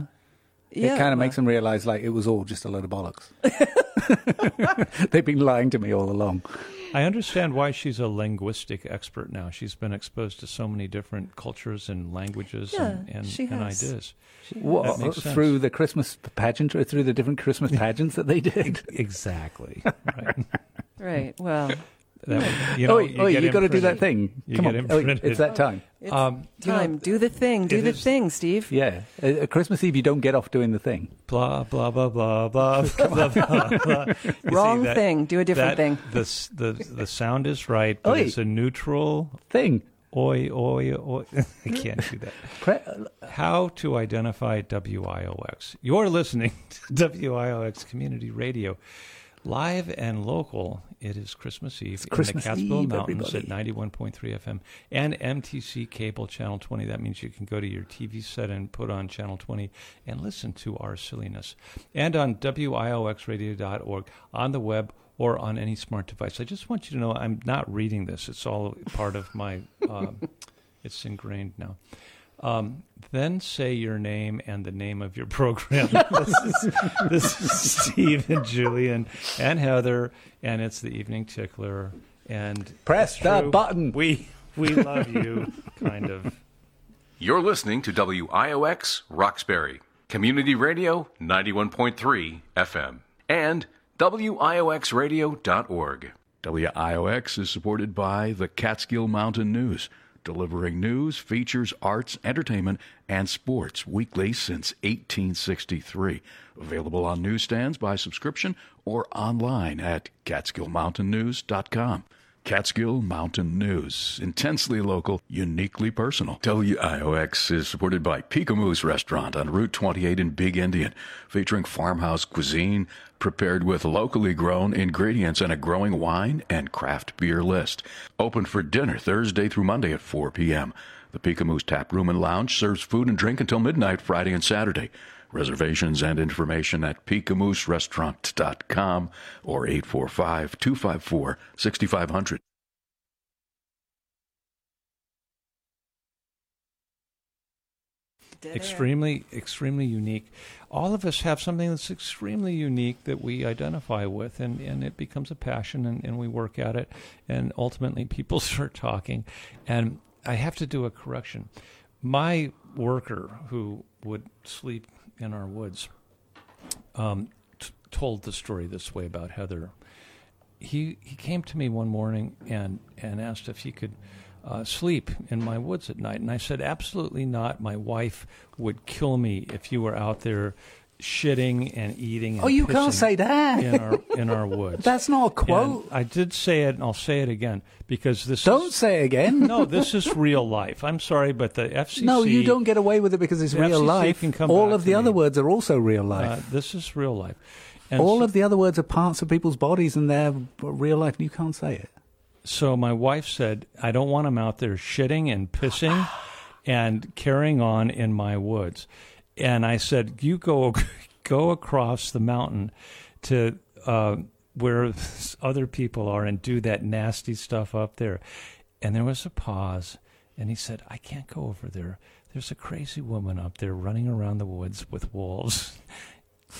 yeah,
it kind of makes them realize like it was all just a load of bollocks. [laughs] They've been lying to me all along.
I understand why she's a linguistic expert now. She's been exposed to so many different cultures and languages and,
Yeah,
and,
she
and
[laughs]
has.
ideas.
What,
makes sense.
through the Christmas pageant, or through the different Christmas pageants that they did.
[laughs] Exactly.
[laughs]
right. Well,
That,
Oh,
you
oh,
know,
oi, oi, you,
get
got to do
imprinted.
that thing.
You
Come
get
on, Oi,
imprinted.
it's that time.
it's
Um,
time. do the thing. Do
it
the
is-
thing, Steve.
Yeah, at at Christmas Eve you don't get off doing the thing.
blah blah blah blah
[laughs]
blah blah blah. blah. You see,
Wrong
that-
thing. Do a different
that-
thing.
The, s- the the sound is right, but
Oi.
it's a neutral.
Thing.
Oi oi oi! [laughs] I can't do that.
Pre- uh,
How to [laughs] identify WIOX. You're listening to WIOX Community Radio. Live and local, it is Christmas Eve in
Christmas
the Catskill
Eve,
Mountains
everybody.
at 91.3 FM and MTC Cable Channel 20. That means you can go to your TV set and put on Channel 20 and listen to our silliness. And on WIOXradio.org, on the web, or on any smart device. I just want you to know I'm not reading this. It's all part of my, [laughs] um, it's ingrained now. Um, then say your name and the name of your [laughs] program. this, is, this is Steve and Julian and Heather, and it's the Evening Tickler. And
Press
it's
the
true.
button.
We we love you, kind of.
You're listening to WIOX Roxbury, Community Radio 91.3 FM, and WIOXradio.org. WIOX is supported by the Catskill Mountain News, delivering news, features, arts, entertainment, and sports weekly since 1863. Available on newsstands by subscription or online at CatskillMountainNews.com. Catskill Mountain News. Intensely local, uniquely personal. WIOX is supported by Pika Moose Restaurant on Route 28 in Big Indian, featuring farmhouse cuisine prepared with locally grown ingredients and a growing wine and craft beer list. Open for dinner Thursday through Monday at 4 p.m. The Pika Moose Tap Room and Lounge serves food and drink until midnight Friday and Saturday. Reservations and information at PicaMooseRestaurant.com or 845 254 6500.
Dead air.
extremely extremely unique all of us have something that's extremely unique that we identify with and, and it becomes a passion and, and we work at it and ultimately people [laughs] start talking and i have to do a correction my worker who would sleep in our woods um, t- told the story this way about heather he he came to me one morning and and asked if he could uh, sleep in my woods at night, and I said absolutely not. My wife would kill me if you were out there shitting and eating. And
Oh, you can't
pissing
say that.
in our in
[laughs]
our woods.
That's not a quote.
And I did say it, and I'll say it again because this
Don't
is,
say
[laughs]
it again. [laughs]
no, this is real life. I'm sorry, but the FCC
No, you don't get away with it because it's
The
real
FCC
life.
can come
All
back
of
to
the other
me.
words are also real life.
Uh, this is real life. And
All
so-
of the other words are parts of people's bodies and they're real life. You can't say it.
So my wife said, I don't want him out there shitting and pissing and carrying on in my woods. And I said, you go [laughs] go across the mountain to uh, where [laughs] other people are and do that nasty stuff up there. And there was a pause, and he said, I can't go over there. There's a crazy woman up there running around the woods with wolves. [laughs]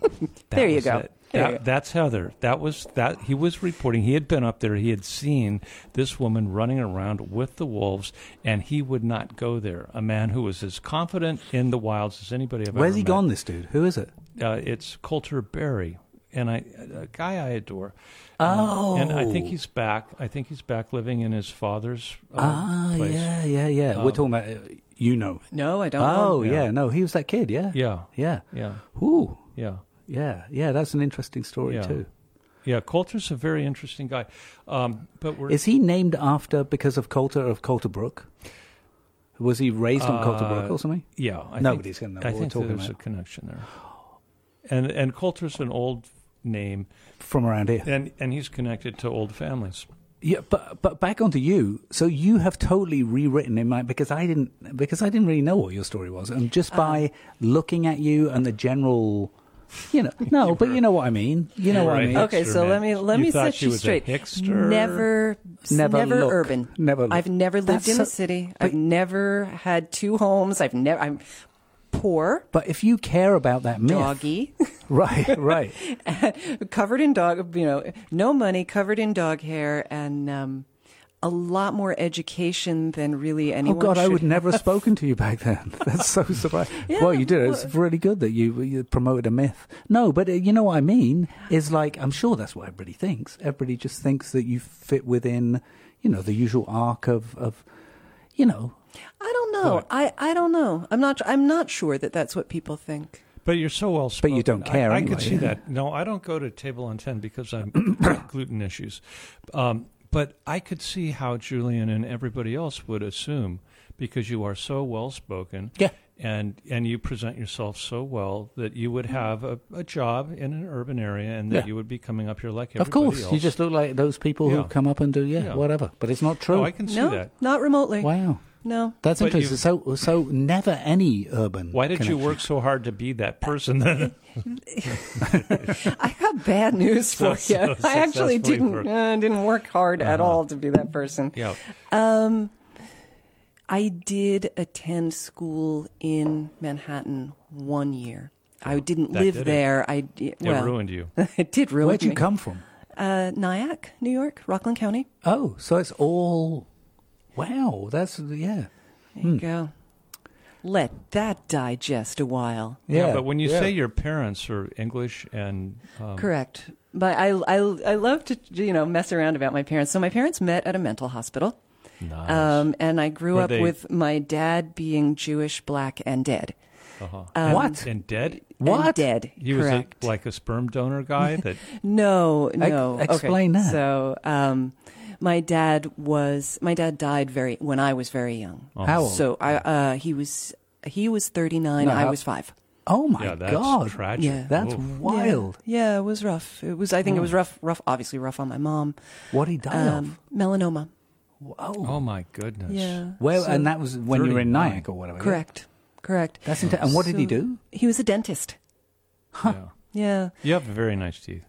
That
There you
was
go.
it.
There you
That-
go.
that's Heather. That was that he was reporting. He had been up there. He had seen this woman running around with the wolves, and he would not go there. A man who was as confident in the wilds as anybody I've
Where's
ever
he
met.
gone, this dude? Who is it?
Uh, it's Coulter Berry, and I a guy I adore.
Oh.
Uh, and I think he's back. I think he's back living in his father's uh,
Ah,
place. Oh.
yeah, yeah, yeah. We're talking about, uh, you know.
No, I don't. know.
Oh, yeah. No, he was that kid, yeah.
yeah,
Yeah.
yeah,
Ooh.
yeah.
Yeah, yeah. That's an interesting story,
Yeah.
too.
Yeah, Coulter's a very interesting guy, um, but we're
Is he named after because of Coulter of Coulter Brook? Was he raised
Uh,
on Coulter Brook or something?
Yeah, I
Nobody's
think,
gonna know
I
what we're
think
talking
there's
about.
a connection there. And and Coulter's an old name,
From around here.
and and he's connected to old families.
Yeah, but but back onto you. So you have totally rewritten in my because I didn't because I didn't really know what your story was, and just by looking at you and the general, you know, no, but you know what I mean. You know what I
Right.
mean.
Okay,
Hipster,
so let
man.
me let
You
me
thought
set
she
you
was a
straight.
hipster?
Never,
Never
never,
look.
urban.
Never look.
I've never lived
That's
in
so-
a city.
but-
I've never had two homes. I've never. I'm poor,
But if you care about that myth,
doggy,
[laughs]
[laughs]
right, right,
covered in dog. You know, no money, covered in dog hair, and um, a lot more education than really
Oh
anyone.
God, I
should
would never have spoken to you back then. [laughs] That's so surprising. well, you did. it. It's really good that you, you promoted a myth. No, but uh, you know what I mean. Is like I'm sure that's what everybody thinks. Everybody just thinks that you fit within, you know, the usual arc of of, you know.
I don't know. I, I don't know. I'm not. I'm not sure that that's what people think.
But you're so well spoken.
you don't care
I, I
anyway,
could see
[laughs] yeah.
that. No, I don't go to table on ten because I'm
[coughs]
got gluten issues. Um, but I could see how Julian and everybody else would assume because you are so well spoken.
Yeah.
and and you present yourself so well that you would have a, a job in an urban area and that
Yeah.
you would be coming up here like everybody
Of course,
else.
you just look like those people
Yeah.
who come up and do yeah,
Yeah.
whatever. But it's not true.
Oh, I can see
no,
that.
not remotely.
Wow, [laughs]
No.
that's
But
interesting. So so never any urban.
Why did
connection.
you work so hard to be that person?
[laughs]
Then
I got bad
[laughs]
news for you.
So- so
I
successfully
actually
Uh-huh.
didn't
worked.
uh, didn't work hard at all to be that person.
yeah,
I did attend school in Manhattan one year. I didn't
That
live
did it.
there. I d-
it
well,
ruined you.
[laughs] it did ruin
Where'd you
me.
come from?
Uh, Nyack, New York, Rockland County.
Oh, so it's all. Wow, that's yeah,
There
Hmm.
you go. Let that digest a while.
Yeah,
yeah.
but when you
yeah.
say your parents are English and um,
Correct. But I, I, I love to, you know, mess around about my parents. So my parents met at a mental hospital.
Oh,
nice.
Um, and I grew
Were
up
they-
with my dad being Jewish, black, and dead.
uh-huh. and,
What?
and dead?
And
What?
dead.
He
um, correct.
was a, like a sperm donor
[laughs]
guy that
No, no. Okay.
explain that.
So, um, my dad was my dad died very when I was very young.
How old?
So I uh, he was he was thirty nine.
No,
I
how-
was five.
oh my
yeah, that's
god,
tragic.
Yeah.
that's
Oof.
wild. Oh.
Yeah, yeah, it was rough. It was. I think it was rough. Rough. Obviously rough on my mom.
What he died
Um, melanoma.
of. Oh,
Oh my goodness.
Yeah.
well,
So-
and that was when you were in
39.
Nyack or whatever. yeah?
correct. Correct.
That's inte- and what did he
So-
do?
He was a dentist.
Yeah.
Yeah.
You have very nice teeth.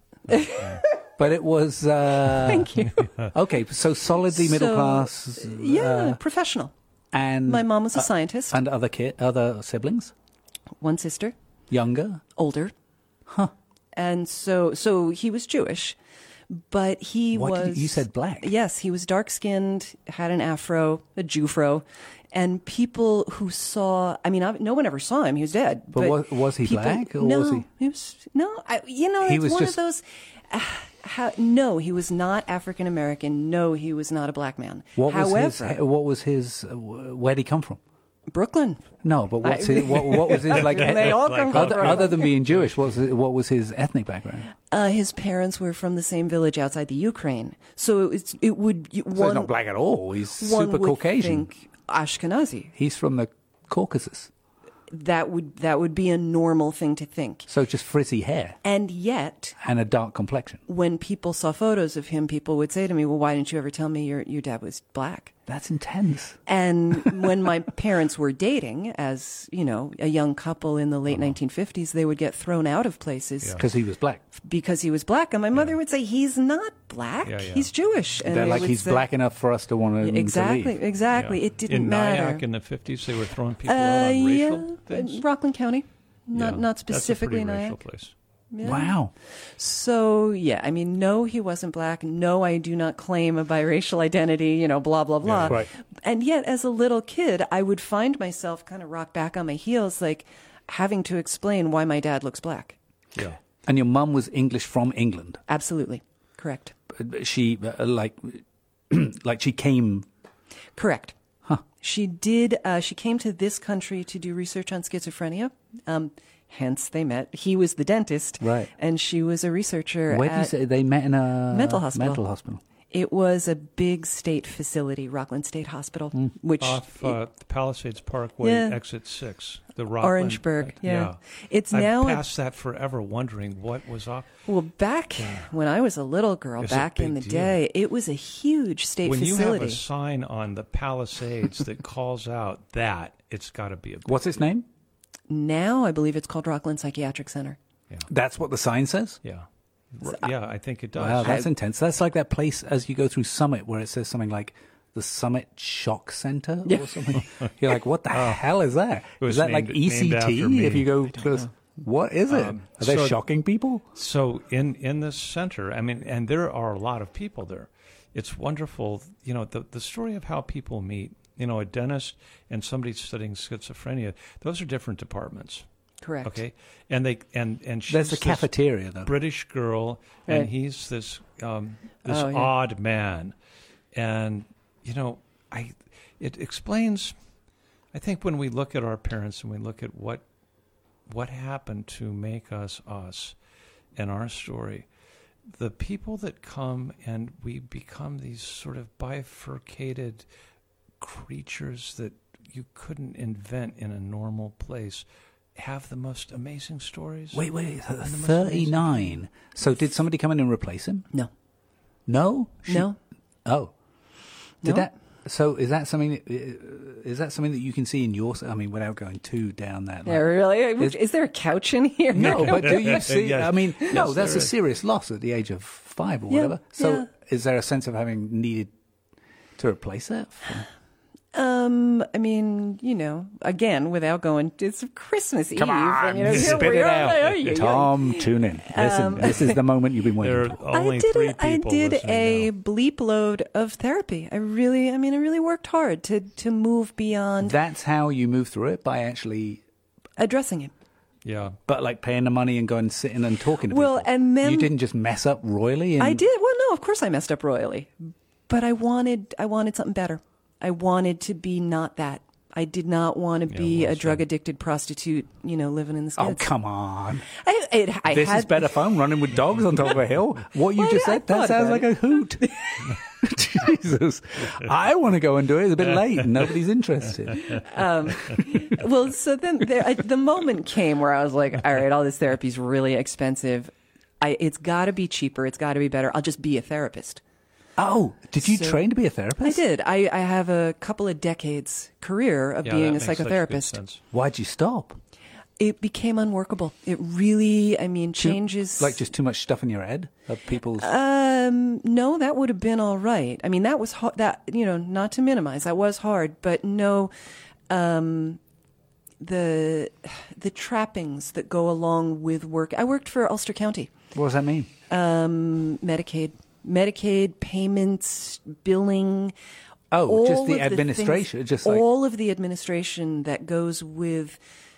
But it was uh,
[laughs] Thank you.
[laughs] okay. So solidly middle
So,
class.
yeah,
uh,
professional.
and
My mom was a scientist.
and other kid, other siblings,
One sister.
younger.
older. Huh. And so so he was Jewish, but he
What
was
did you- you said black.
Yes, he was dark skinned, had an afro, a Jufro. And people who saw, I mean, I, no one ever saw him. He was dead.
But wa- was he
people-
black, or
no,
was he-
was, no, I, you know,
He
it's
was
one
just-
of those. ah, how, no, he was not African American. No, he was not a black man.
What was
However,
his? What was his? Uh, where'd he come from?
Brooklyn.
No, but what's
I-
his, what, what was
[laughs]
his like?
They all
eth-
come from
other,
Brooklyn.
other than being Jewish, what was his, what was his ethnic background?
Uh, his parents were from the same village outside the Ukraine, so it's it would you-
So he's
one
not black at all. He's
one
super
would
Caucasian.
think Ashkenazi.
He's from the Caucasus,
That would that would be a normal thing to think.
so just frizzy hair
And yet,
and a dark complexion.
when people saw photos of him, people would say to me, "Well, why didn't you ever tell me your your dad was black?"
That's intense.
And when
[laughs]
my parents were dating, as you know, a young couple in the
Uh-huh.
late 1950s, they would get thrown out of places
Because he was black.
because he was black. And my mother would say, "He's not black.
Yeah, yeah.
He's Jewish." And
They're
they
like
would
he's
say-
black enough for us to want him to
Exactly,
leave.
exactly.
Yeah.
It didn't
in
matter.
Nyack in the 50s, they were throwing people out
Uh,
on
yeah,
racial
in
things.
Rockland County, not
Yeah.
not
That's
specifically
a pretty racial
Nyack.
place.
Wow.
So yeah, I mean, no, he wasn't black. No, I do not claim a biracial identity. You know, blah blah blah.
right.
And yet, as a little kid, I would find myself kind of rock back on my heels, like having to explain why my dad looks black.
Yeah.
And your mum was English from England.
Absolutely correct.
She uh, like [clears throat] like she came.
Correct. Huh. She did. Uh, she came to this country to do research on schizophrenia. Um, hence, they met. He was the dentist,
Right.
And she was a researcher.
Where did you
at-
say they met in a
Mental hospital.
Mental hospital.
It was a big state facility, Rockland State Hospital,
Mm.
which
Off uh, the Palisades Parkway,
Yeah.
exit six, the Rockland.
Orangeburg. Yeah. it's
I've
now a-
passed that forever, wondering what was up.
well back when I was a little girl,
It's a
back in the
big deal.
day, it was a huge state
When you have
facility.
a sign on the Palisades
[laughs]
that calls out that, it's got to be a.
What's its name?
now I believe it's called Rockland Psychiatric Center.
That's what the sign says.
Yeah. R- yeah, I think it does.
Wow, that's intense. That's like that place as you go through Summit where it says something like the Summit Shock Center or something. [laughs] You're
[laughs]
like, what the hell is that?
Oh. It was
Is that like
named- named after
ECT?
me. Um,
If you go to this, what is it? Are they
so-
shocking people?
So in in this center, I mean, and there are a lot of people there. It's wonderful, you know, the the story of how people meet. You know, a dentist and somebody studying schizophrenia; those are different departments.
Correct.
Okay, and they and and she's
There's the
this
cafeteria though.
British girl, and
Right.
he's this um, this
Oh, yeah.
odd man, and you know, I it explains. I think when we look at our parents and we look at what what happened to make us us and our story, the people that come and we become these sort of bifurcated creatures that you couldn't invent in a normal place have the most amazing stories.
Wait, wait, thirty-nine. So did somebody come in and replace him?
No.
No, She-
No.
Oh, did
No.
that? So is that something? that- Is that something that you can see in your? I mean, without going too down that.
Yeah,
line.
really? Is, there a couch in here? [laughs]
No, but do [laughs] you see?
Yes.
I mean, no,
Yes,
that's
there
a
is.
serious loss at the age of five or
Yeah,
whatever. So,
yeah.
is there a sense of having needed to replace that?
Um, I mean, you know, again, without going, it's Christmas Eve. and, you know, here we are, there you go.
Tom, tune in. Listen,
Um,
this is the moment [laughs] you've been
There
waiting
are
for.
only
I did
three
a,
people.
I did
listening
a
now.
bleep load of therapy. I really, I mean, I really worked hard to to move beyond
That's how you move through it by actually,
addressing it.
yeah.
but like paying the money and going and sitting and talking to
Well,
people.
and then-
you didn't just mess up royally. And
I did. Well, no, of course I messed up royally, but I wanted I wanted something better. I wanted to be not that. I did not want to be a drug addicted prostitute. You know, living in the
Oh
skids.
come on!
I, it, I
this
had,
is better fun running with dogs on top of a hill. What you
Well,
just
I- I
said that
thought
sounds
about
like a hoot. [laughs] Jesus, I want to go and do it. It's a [laughs] bit late. and Nobody's interested.
well, so then there, I, the moment came where I was like, all right, all this therapy's really expensive. I, it's got to be cheaper. It's got to be better. I'll just be a therapist.
Oh, did you
So-
train to be a therapist?
I did. I, I have a couple of decades career of
Yeah,
being a
that makes such good
psychotherapist.
sense.
Why'd you stop?
It became unworkable. It really, I mean, changes.
Like just too much stuff in your head of people's.
Um, no, that would have been all right. I mean, that was ho- that you know, not to minimize, that was hard, but no, um, the the trappings that go along with work. I worked for Ulster County
what does that mean?
Medicaid, Medicaid payments, billing.
Oh,
all
just the
of things-
administration, just like-
all of the administration that goes with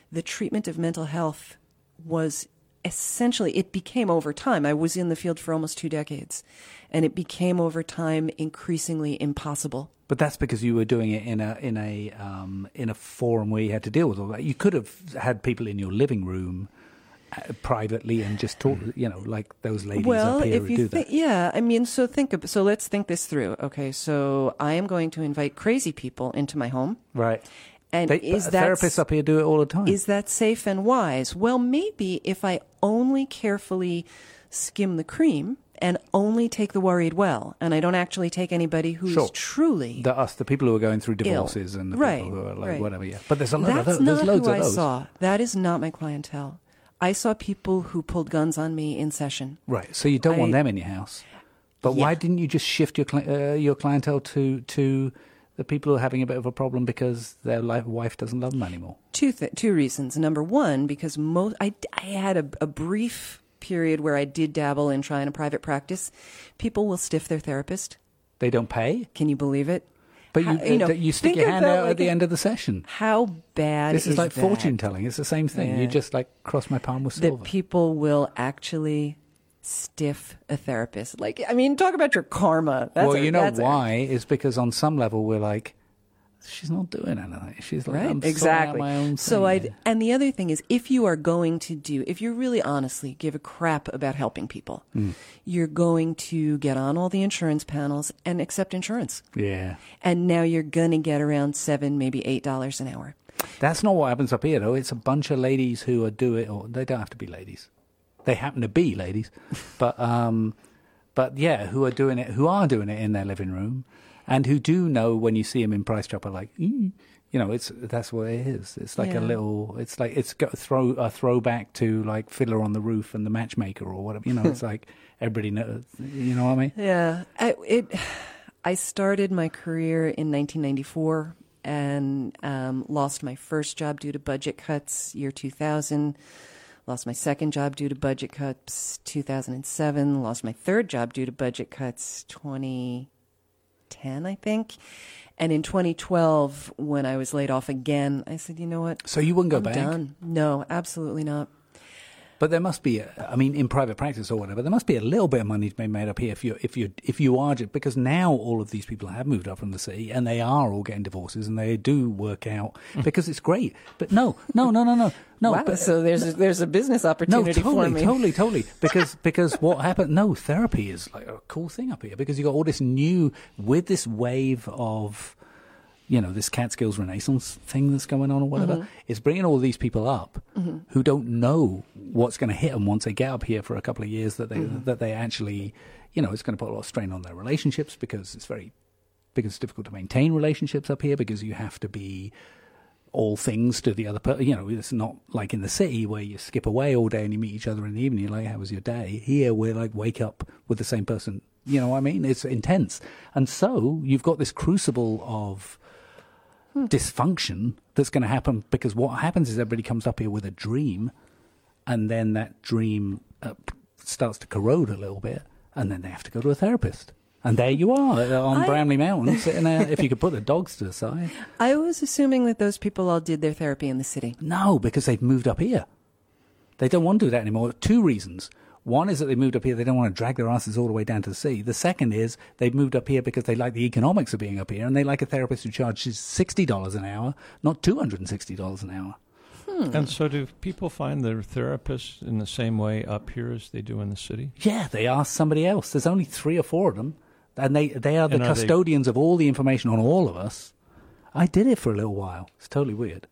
the treatment of mental health was essentially it became over time. I was in the field for almost two decades, and it became over time increasingly impossible.
But that's because you were doing it in a in a um, in a forum where you had to deal with all that. You could have had people in your living room. Uh, privately and just talk, you know, like those ladies
well,
up here
if
who
you
do
think,
that.
yeah, I mean, so think ab- so. Let's think this through. Okay, so I am going to invite crazy people into my home.
Right.
And
They- uh,
is that
therapists up here do it all the time.
Is that safe and wise? Well, maybe if I only carefully skim the cream and only take the worried well, and I don't actually take anybody who's
Sure.
truly.
the us, the people who are going through
ill.
divorces and the
right,
people who are like
right.
whatever. Yeah, but there's a lot
That's
of those.
not
There's loads
who
of
I
those.
saw. That is not my clientele. I saw people who pulled guns on me in session.
Right, so you don't want
I-
them in your house. But why didn't you just shift your cli- uh, your clientele to to the people who are having a bit of a problem because their life, wife doesn't love them anymore?
two th- two reasons. Number one, because most I, I had a, a brief period where I did dabble in trying a private practice. People will stiff their therapist.
They don't pay,
Can you believe it?
but
How-
you
you know,
th- you stick
think
your hand
about,
out at
like,
the end of the session.
How bad
This is, like
that,
fortune telling. It's the same thing. You
Yeah.
just like cross my palm with silver.
that people will actually stiff a therapist. Like, I mean, talk about your karma. That's
well,
a-
you know
that's a-
why is because on some level we're like, she's not doing anything. She's like,
Right,
I'm sorting out
exactly.
my own
so
thing.
I and the other thing is, if you are going to do, if you really honestly give a crap about helping people,
Mm.
you're going to get on all the insurance panels and accept insurance,
yeah.
and now you're gonna get around seven, maybe eight dollars an hour.
That's not what happens up here, though. It's a bunch of ladies who are do it, or they don't have to be ladies. They happen to be
[laughs]
ladies, but um, but yeah, who are doing it? Who are doing it in their living room, and who do know when you see them in Price Chopper, like "Mm." you know, it's that's what it is. It's like
Yeah.
a little. It's like it's got a throw a throwback to like Fiddler on the Roof and the Matchmaker or whatever. You know,
[laughs]
it's like everybody knows. You know what I mean?
Yeah, I, it. [sighs] I started my career in 1994 and um, lost my first job due to budget cuts. Year 2000, lost my second job due to budget cuts. 2007, lost my third job due to budget cuts. 2010, I think. And in 2012, when I was laid off again, I said, "You know what?
So you wouldn't go
I'm
back.
done. No, absolutely not."
But there must be, a, I mean, in private practice or whatever, there must be a little bit of money to be made up here if you if you if you are ju- because now all of these people have moved up from the city and they are all getting divorces and they do work out because it's great. But no, no, no, no, no,
[laughs]
no.
wow,
but,
so there's a, there's a business
no,
opportunity for
totally,
me. [laughs]
totally, totally. Because because what happened? No, therapy is like a cool thing up here because you got all this new with this wave of you know, this Catskills Renaissance thing that's going on or whatever,
Mm-hmm.
is bringing all these people up who don't know what's going to hit them once they get up here for a couple of years. That they
Mm-hmm.
that they actually, you know, it's going to put a lot of strain on their relationships because it's very because it's difficult to maintain relationships up here because you have to be all things to the other person. You know, it's not like in the city where you skip away all day and you meet each other in the evening. You're like, how was your day? Here, we're like, wake up with the same person. You know what I mean? It's intense. And so you've got this crucible of dysfunction that's going to happen because what happens is everybody comes up here with a dream and then that dream uh, p- starts to corrode a little bit and then they have to go to a therapist. And there you are uh, on
I-
Bramley Mountain sitting there. if you could put the dogs to the side.
I was assuming that those people all did their therapy in the city.
No, because they've moved up here. They don't want to do that anymore. Two reasons. One is that they moved up here, they don't want to drag their asses all the way down to the sea. The second is they've moved up here because they like the economics of being up here and they like a therapist who charges $60 an hour, not $260 an hour.
Hmm.
And so, do people find their therapists in the same way up here as they do in the city?
Yeah, they ask somebody else. There's only three or four of them, and they they are the
And are they-
custodians of all the information on all of us. I did it for a little while. It's totally weird.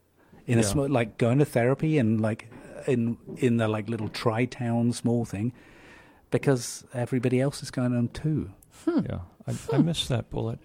In a
Yeah.
sm- like going to therapy and like in in the like little tri-town small thing, because everybody else is going on too.
Hmm.
Yeah, I, I missed that bullet.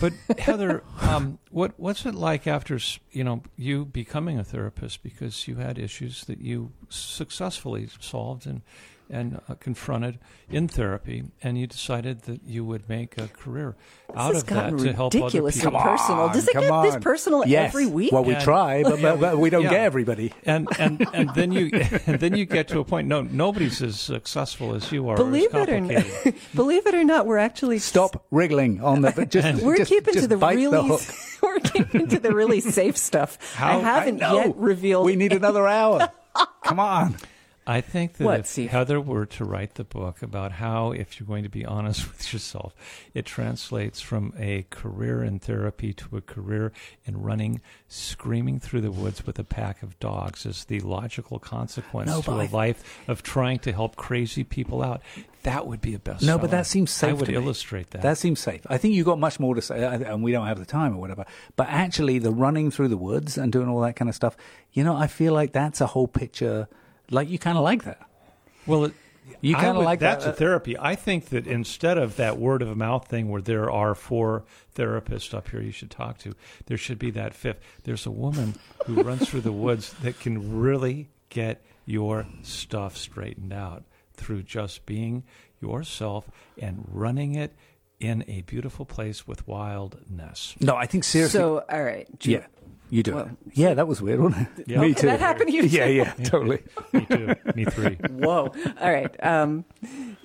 But
[laughs]
Heather, um, what what's it like after s- you know you becoming a therapist because you had issues that you successfully solved and and uh, confronted in therapy, and you decided that you would make a career out
this has
of that
gotten
to help other
ridiculously
people.
personal. Does it
come
get this
on.
personal
Yes.
every week?
Well, we
Yeah.
try, but, but, but we don't
Yeah.
get everybody.
And and and then you [laughs] and then you get to a point. No, nobody's as successful as you are. or as
believe it or not,
complicated.
[laughs] believe it or not, we're actually
Stop wriggling on the. but Just,
We're
just-
keeping
just
to the
bite
really
hook.
[laughs] we're keeping to the really safe stuff.
How-
I
I
haven't
No,
yet revealed.
We need another hour. Come on.
I think that
What,
if
Steve?
Heather were to write the book about how, if you're going to be honest [laughs] with yourself, it translates from a career in therapy to a career in running, screaming through the woods with a pack of dogs is the logical consequence
No,
to
but
a
I-
life of trying to help crazy people out. That would be a best.
No, but that seems safe
I would
to me.
illustrate that.
That seems safe. I think you got much more to say, uh, and we don't have the time or whatever. But actually, the running through the woods and doing all that kind of stuff, you know, I feel like that's a whole picture. Like you kind of like that.
Well, it,
You
I
kinda
would-
like
that's
that-
a therapy. I think that instead of that word of mouth thing where there are four therapists up here you should talk to, there should be that fifth. There's a woman
[laughs]
who runs through the woods that can really get your stuff straightened out through just being yourself and running it in a beautiful place with wildness.
No, I think seriously.
So, all right, Ju-
yeah, you do.
Well-
it. Yeah, that was weird, wasn't
[laughs]
it?
Yeah.
Me
Did
too.
that happen to you
[laughs] Yeah, yeah, [laughs] totally.
Me two, me
[laughs]
three.
[laughs] Whoa. All right. Um,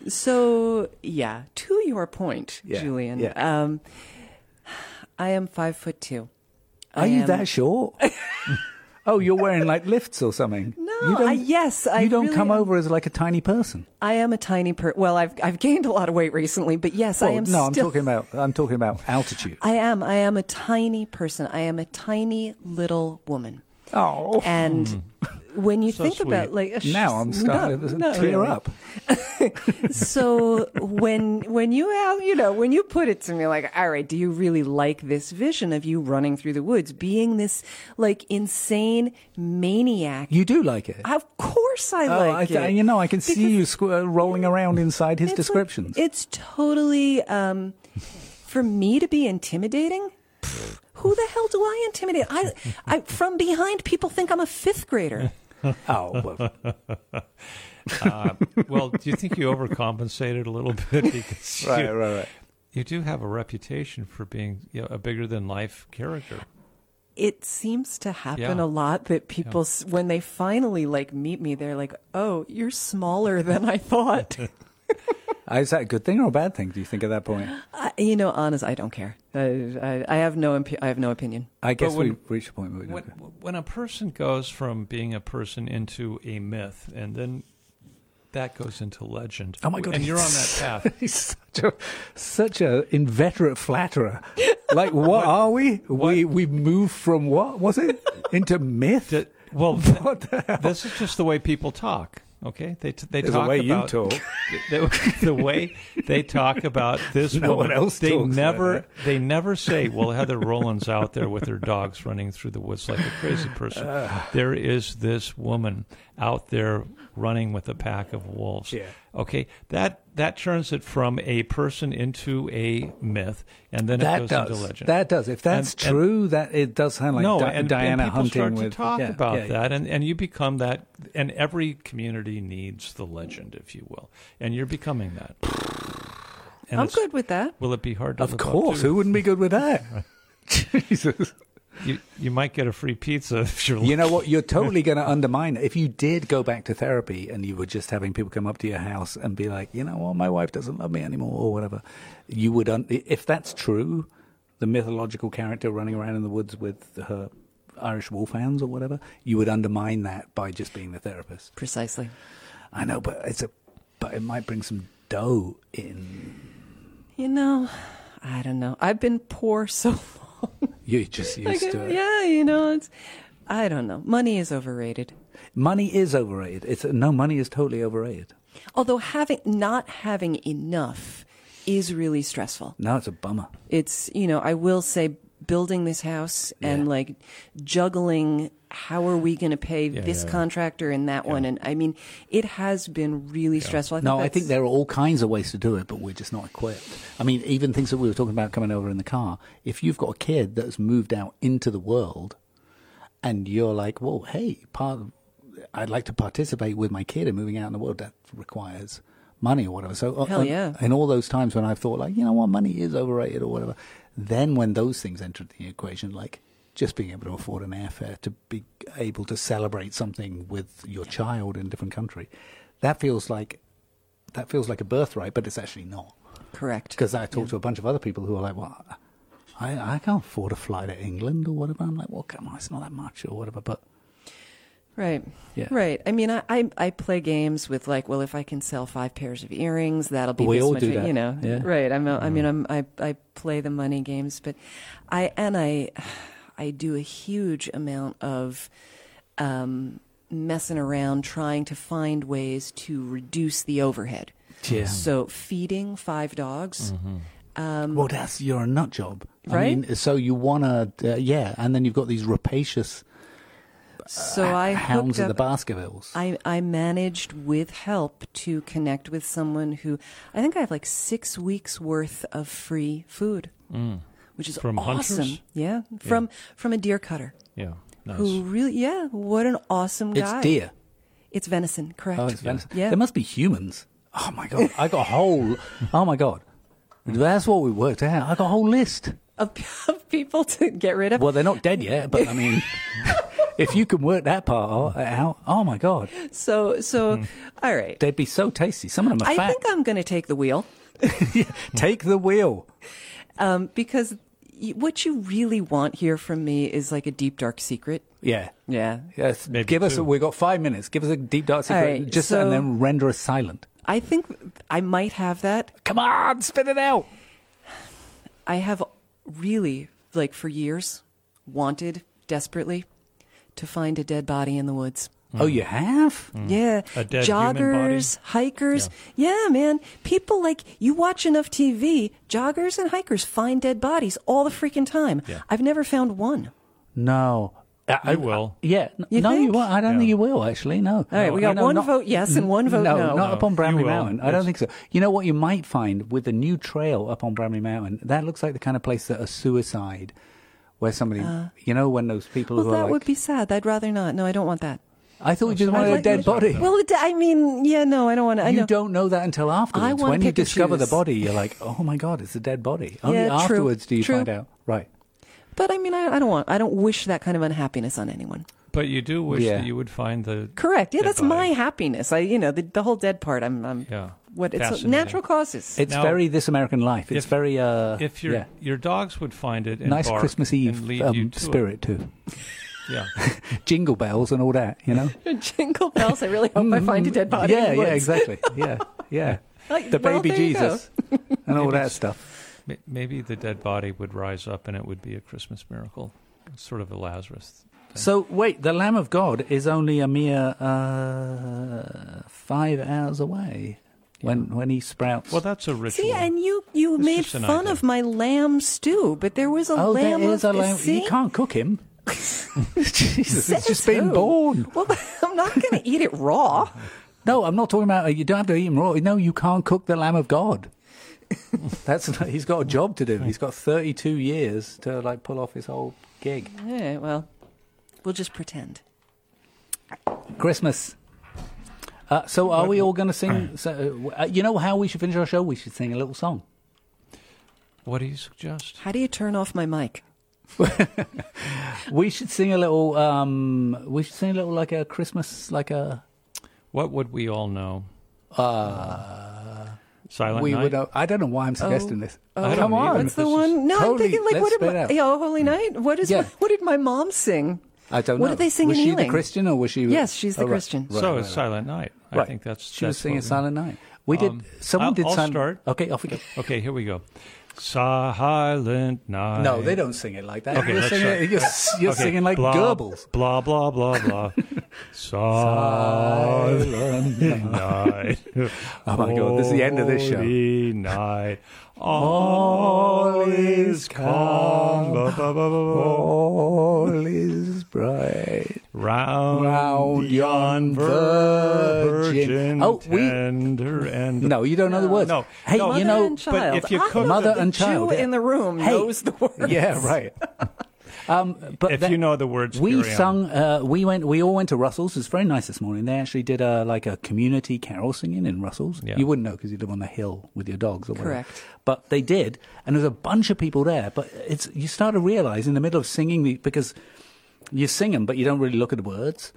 so yeah, to your point,
Yeah,
Julian.
yeah.
Um, I am five foot two.
Are
I
you
am-
that
[laughs]
short? oh, you're wearing like lifts or something.
No,
you don't,
I, yes, I
you don't
really
come
am-
over as like a tiny person.
I am a tiny per. Well, I've I've gained a lot of weight recently, but yes, I
Well,
am.
no, I'm
still-
talking about I'm talking about altitude.
[laughs] I am. I am a tiny person. I am a tiny little woman.
Oh,
And when you
So
think
sweet.
about like a
Hmm. now I'm starting to clear
really.
up. [laughs]
so when when you have you know when you put it to me like all right do you really like this vision of you running through the woods being this like insane maniac
You do like it.
of course I
Oh,
like
I,
it
You know, I can see
Because
you squ- uh, rolling around inside his
it's like-
descriptions.
it's totally um, for me to be intimidating. pff, Who the hell do I intimidate? I, I from behind people think I'm a fifth grader.
oh,
[laughs]
well,
Uh, well, do you think you overcompensated a little bit because
right,
you,
right, right.
You do have a reputation for being you know, a bigger than life character.
it seems to happen
Yeah.
a lot that people s when they finally like meet me they're like oh you're smaller than i
[laughs]
thought
Uh, Is that a good thing or a bad thing? Do you think at that point?
I, you know honest i don't care i, I, I have no imp- i have no opinion
I guess
when-
we've reached a point where we
When,
don't.
when a person goes from being a person into a myth, and then that goes into legend.
Oh, my God.
And you're on that path.
[laughs] He's such a such a inveterate flatterer. Like, what, are we? We we move from what was it into myth?
That- well,
[laughs] What the hell?
this is just the way people talk. Okay, they t- they
There's a
talk
way you
about
talk.
the, [laughs] the way they talk about this
No
woman.
one else
they
talks like
never
that.
they never say, "Well, Heather Rollins out there with her dogs running through the woods like a crazy
[sighs]
person." there is this woman out there running with a pack of wolves.
Yeah.
Okay, that that turns it from a person into a myth, and then it
That
goes into
does.
legend.
That does. If that's
And- and-
true, that it does sound like
no,
Di-
and- and,
Diana
people
hunting
start
with
to talk
yeah,
about
yeah, yeah.
that, and and you become that, and every community needs the legend, if you will, and you're becoming that. And
I'm
it's-
good with that.
Will it be hard to?
Of
live up
course,
to?
who wouldn't be good with [laughs] that? Jesus.
You, you might get a free pizza if you're.
You know what? You're [laughs] totally going to undermine it. if you did go back to therapy and you were just having people come up to your house and be like, you know what, my wife doesn't love me anymore or whatever. You would, un- if that's true, the mythological character running around in the woods with her Irish wolfhounds or whatever, you would undermine that by just being the therapist.
Precisely.
I know, but it's a, but it might bring some dough in.
You know, I don't know. I've been poor so long.
You're just used
Like,
to it.
yeah, you know, it's. I don't know. Money is overrated.
Money is overrated. It's no money is totally overrated.
Although having not having enough is really stressful.
Now it's a bummer.
It's you know I will say building this house and
Yeah.
like juggling how are we going to pay this
yeah.
contractor and that one and I mean it has been really stressful.
no, I think
that's-
there are all kinds of ways to do it, but we're just not equipped. I mean, even things that we were talking about coming over in the car. If you've got a kid that's moved out into the world, and you're like, "Well, hey, part of, I'd like to participate with my kid in moving out in the world," that requires money or whatever. So, uh,
Hell
uh,
yeah.
In all those times when I've thought, like, you know what, money is overrated or whatever, then when those things entered the equation, like just being able to afford an airfare, to be able to celebrate something with your child in a different country, that feels like that feels like a birthright, but it's actually not.
correct.
Because I talked to a bunch of other people who are like, well, I, I can't afford a flight to England or whatever. I'm like, well, come on, it's not that much or whatever. But
Right.
Yeah.
Right. I mean, I, I I play games with like, well, if I can sell five pairs of earrings, that'll be
We
this
all
much.
do
of-
that.
You know.
Yeah. Mm-hmm.
Right. I'm. A, I mean, I'm. I I play the money games, but I and I I do a huge amount of um, messing around trying to find ways to reduce the overhead.
Yeah. Mm-hmm.
So feeding five dogs.
well, that's you're a nut job, I
Um, Right?
mean, so you wanna, uh, yeah, and then you've got these rapacious
So Oh, I
Uh, hounds
hooked
of the
up.
Baskervilles.
I, I managed with help to connect with someone who I think I have like six weeks worth of free food, which is
Mm. From
awesome.
hunters?
Yeah, from from a deer cutter
yeah, nice.
who really yeah, what an awesome
it's
guy.
deer.
It's venison, correct?
Oh, it's venison.
Yeah.
There must be humans. Oh my god, I got a whole. [laughs] oh my god, that's what we worked out. I got a whole list.
of, [laughs] of people to get rid of.
Well, they're not dead yet, but I mean, [laughs] if you can work that part out, oh my god,
so so,
[laughs]
all right.
they'd be so tasty. Some of them are
I
fat.
think I'm going to take the wheel.
Take the wheel.
um, because y- what you really want here from me is like a deep dark secret.
Yeah.
Yeah.
Yes.
Maybe
give us.
two.
We've got five minutes. Give us a deep dark secret,
All right,
just
so-
and then render us silent.
I think I might have that.
Come on, spit it out.
I have really, like for years, wanted desperately to find a dead body in the woods.
Hmm.
Oh, you have?
Yeah.
Mm. A dead human body?
joggers, hikers. Yeah. man. People like you watch enough TV, joggers and hikers find dead bodies all the freaking time.
Yeah.
I've never found one.
No. I, I-
You will.
yeah. n-
You
no, you
think?
won't. I don't
Yeah.
think you will. Actually, no. All
right, we got one vote yes and one vote no.
not
No,
up on Bramley
you will.
Mountain. I don't
Yes.
think so. You know what? You might find with the new trail up on Bramley Mountain. That looks like the kind of place that a suicide, where somebody, you know, when those people
Uh. Well,
who
that
are like,
would be sad. I'd rather not. No, I don't want that.
I thought you just wanted a
like-
dead body.
Well, it- I mean, yeah, no, I don't want to. [laughs] I
you
know.
don't know that until
I
afterwards.
want
When you
pick and
discover the
choose.
body, you're like, oh my God, it's a dead
[laughs]
body. Only
Yeah, true,
afterwards do you
true.
find out. Right.
But I mean, I, I don't want. I don't wish that kind of unhappiness on anyone.
but you do wish
Yeah.
that you would find the
Correct. Yeah,
dead
that's
body.
my happiness. I, you know, the, the whole dead part. I'm, I'm.
Yeah.
What it's
Fascinating.
natural causes. [laughs]
It's
Now,
very This American Life. It's
if-
very. Uh,
If your
yeah.
your dogs would find it, and
Nice
bark
Christmas
and
Eve
lead you
um,
to it.
spirit, too. [laughs]
Yeah,
Jingle bells and all that, you
[laughs]
know?
Jingle bells. I really hope Oh, I find a dead body.
Mm, yeah,
in the
yeah,
woods.
exactly.
[laughs]
Yeah, yeah.
Like,
the
well,
baby
there you go.
Jesus and all
Maybe
that
it's-
stuff.
Ma- maybe the dead body would rise up, and it would be a Christmas miracle, sort of a Lazarus
So wait, the Lamb of God is only a mere uh, five hours away when when he sprouts.
Well, that's a ritual.
See, and you you
It's
made
just an
fun
idea.
of my lamb stew, but there was a
oh,
lamb.
there is
of,
a lamb.
See?
You can't cook him. Jesus,
Says
it's just been
who?
born.
Well, [laughs] I'm not going to eat it
[laughs]
raw.
No, I'm not talking about. uh, You don't have to eat him raw. No, you can't cook the Lamb of
[laughs]
God. That's not- he's got a job to do. He's got 32 years to like pull off his whole gig.
Yeah, well, we'll just pretend.
Christmas. Uh, so, are we all going to
[clears throat]
sing? So, uh, you know how we should finish our show? We should sing a little song.
What do you suggest?
How do you turn off my mic?
We should sing a little. Um, we should sing a little like a Christmas, like a.
What would we all know?
Uh,
Silent
we
night.
would. uh, I don't know why
Oh.
I'm suggesting this.
I don't
Come
either,
on.
but
What's the
this is
one? No, I'm
totally-
thinking like
let's
what
spit
did
it
my,
out. Mm.
oh, Holy Night? What is
Yeah.
my- what did my mom sing?
I don't know.
What did they sing
Was
in
she
Ealing?
the Christian or was she?
Yes, she's the
oh, right,
Christian.
right,
so
right,
it's
right.
Silent Night. I
Right.
think that's
She was
that's
singing
what we-
Silent Night. We did.
Um,
someone
I'll-
did
I'll
Silent.
start.
Okay, off we go.
Okay, here we go. Silent Night.
No, they don't sing it like that.
Uh, Okay,
you're
let's
singing,
try.
you're, s- you're
Okay,
singing like
blah,
Goebbels.
Blah blah blah
[laughs]
blah. Silent
Silent
night.
[laughs] Oh my God, this is the end of this show.
Holy night. All is calm. Ba, ba, ba, ba, ba.
All is bright.
Round,
Round yon virgin. Oh, we-
tender and
No, you don't know the words.
No,
Hey,
no.
you
Mother
know,
and child.
if you
I
cook-
know
Mother
that the
and child,
Jew
yeah.
in the room
Hey.
knows the
[laughs]
words.
yeah, right. Um, but
If
then-
you know the words,
we
carry on.
sung. Uh, we went. We all went to Russell's. It's very nice this morning. They actually did a like a community carol singing in Russell's.
Yeah.
You wouldn't know because you live on the hill with your dogs or whatever.
Correct.
But they did, and there's a bunch of people there. But it's you start to realize in the middle of singing the, because you sing them, but you don't really look at the words.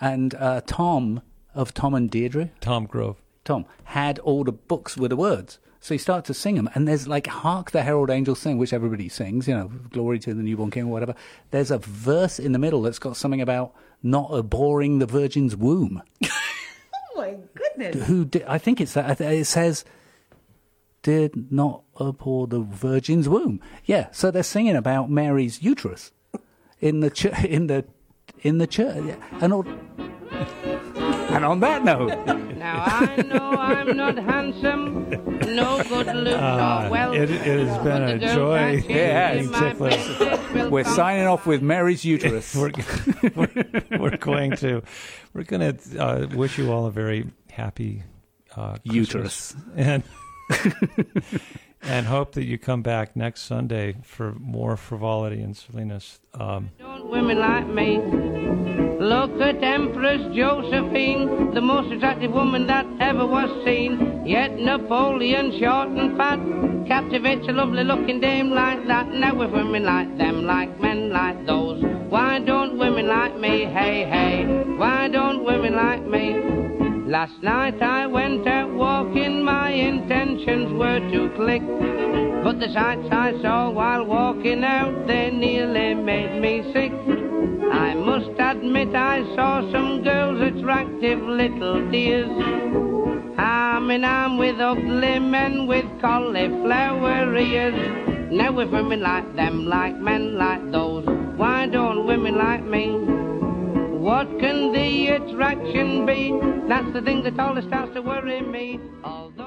And uh, Tom of Tom and Deirdre,
Tom Grove.
Tom had all the books with the words. So you start to sing them, and there's like "Hark the Herald Angels Sing," which everybody sings, you know, "Glory to the Newborn King" or whatever. There's a verse in the middle that's got something about not abhorring the virgin's [laughs] womb.
Oh my goodness.
Who di- I think it's that I th- it says, "Did not abhor the virgin's womb." Yeah, so they're singing about Mary's uterus in the ch- in the in the church, yeah. and all. And on that note.
Now I know
[laughs]
I'm not handsome, no good looks
Ah,
or well.
it- it has been a joy
Yeah,
exactly.
We're signing off with Mary's uterus.
We're, we're, [laughs] we're going to we're going to uh, wish you all a very happy uh, Christmas.
Uterus.
and and hope that you come back next Sunday for more frivolity and silliness. Um,
Don't women like me? Look at Empress Josephine, the most attractive woman that ever was seen. Yet Napoleon, short and fat, captivates a lovely looking dame like that. Now with women like them, like men like those, why don't women like me? Hey, hey, why don't women like me? Last night I went out walking, my intentions were to click. But the sights I saw while walking out, they nearly made me sick. I must admit I saw some girls, attractive little dears. Arm in arm with ugly men with cauliflower ears. Now with women like them, like men like those, why don't women like me? What can the attraction be? That's the thing that always starts to worry me. All the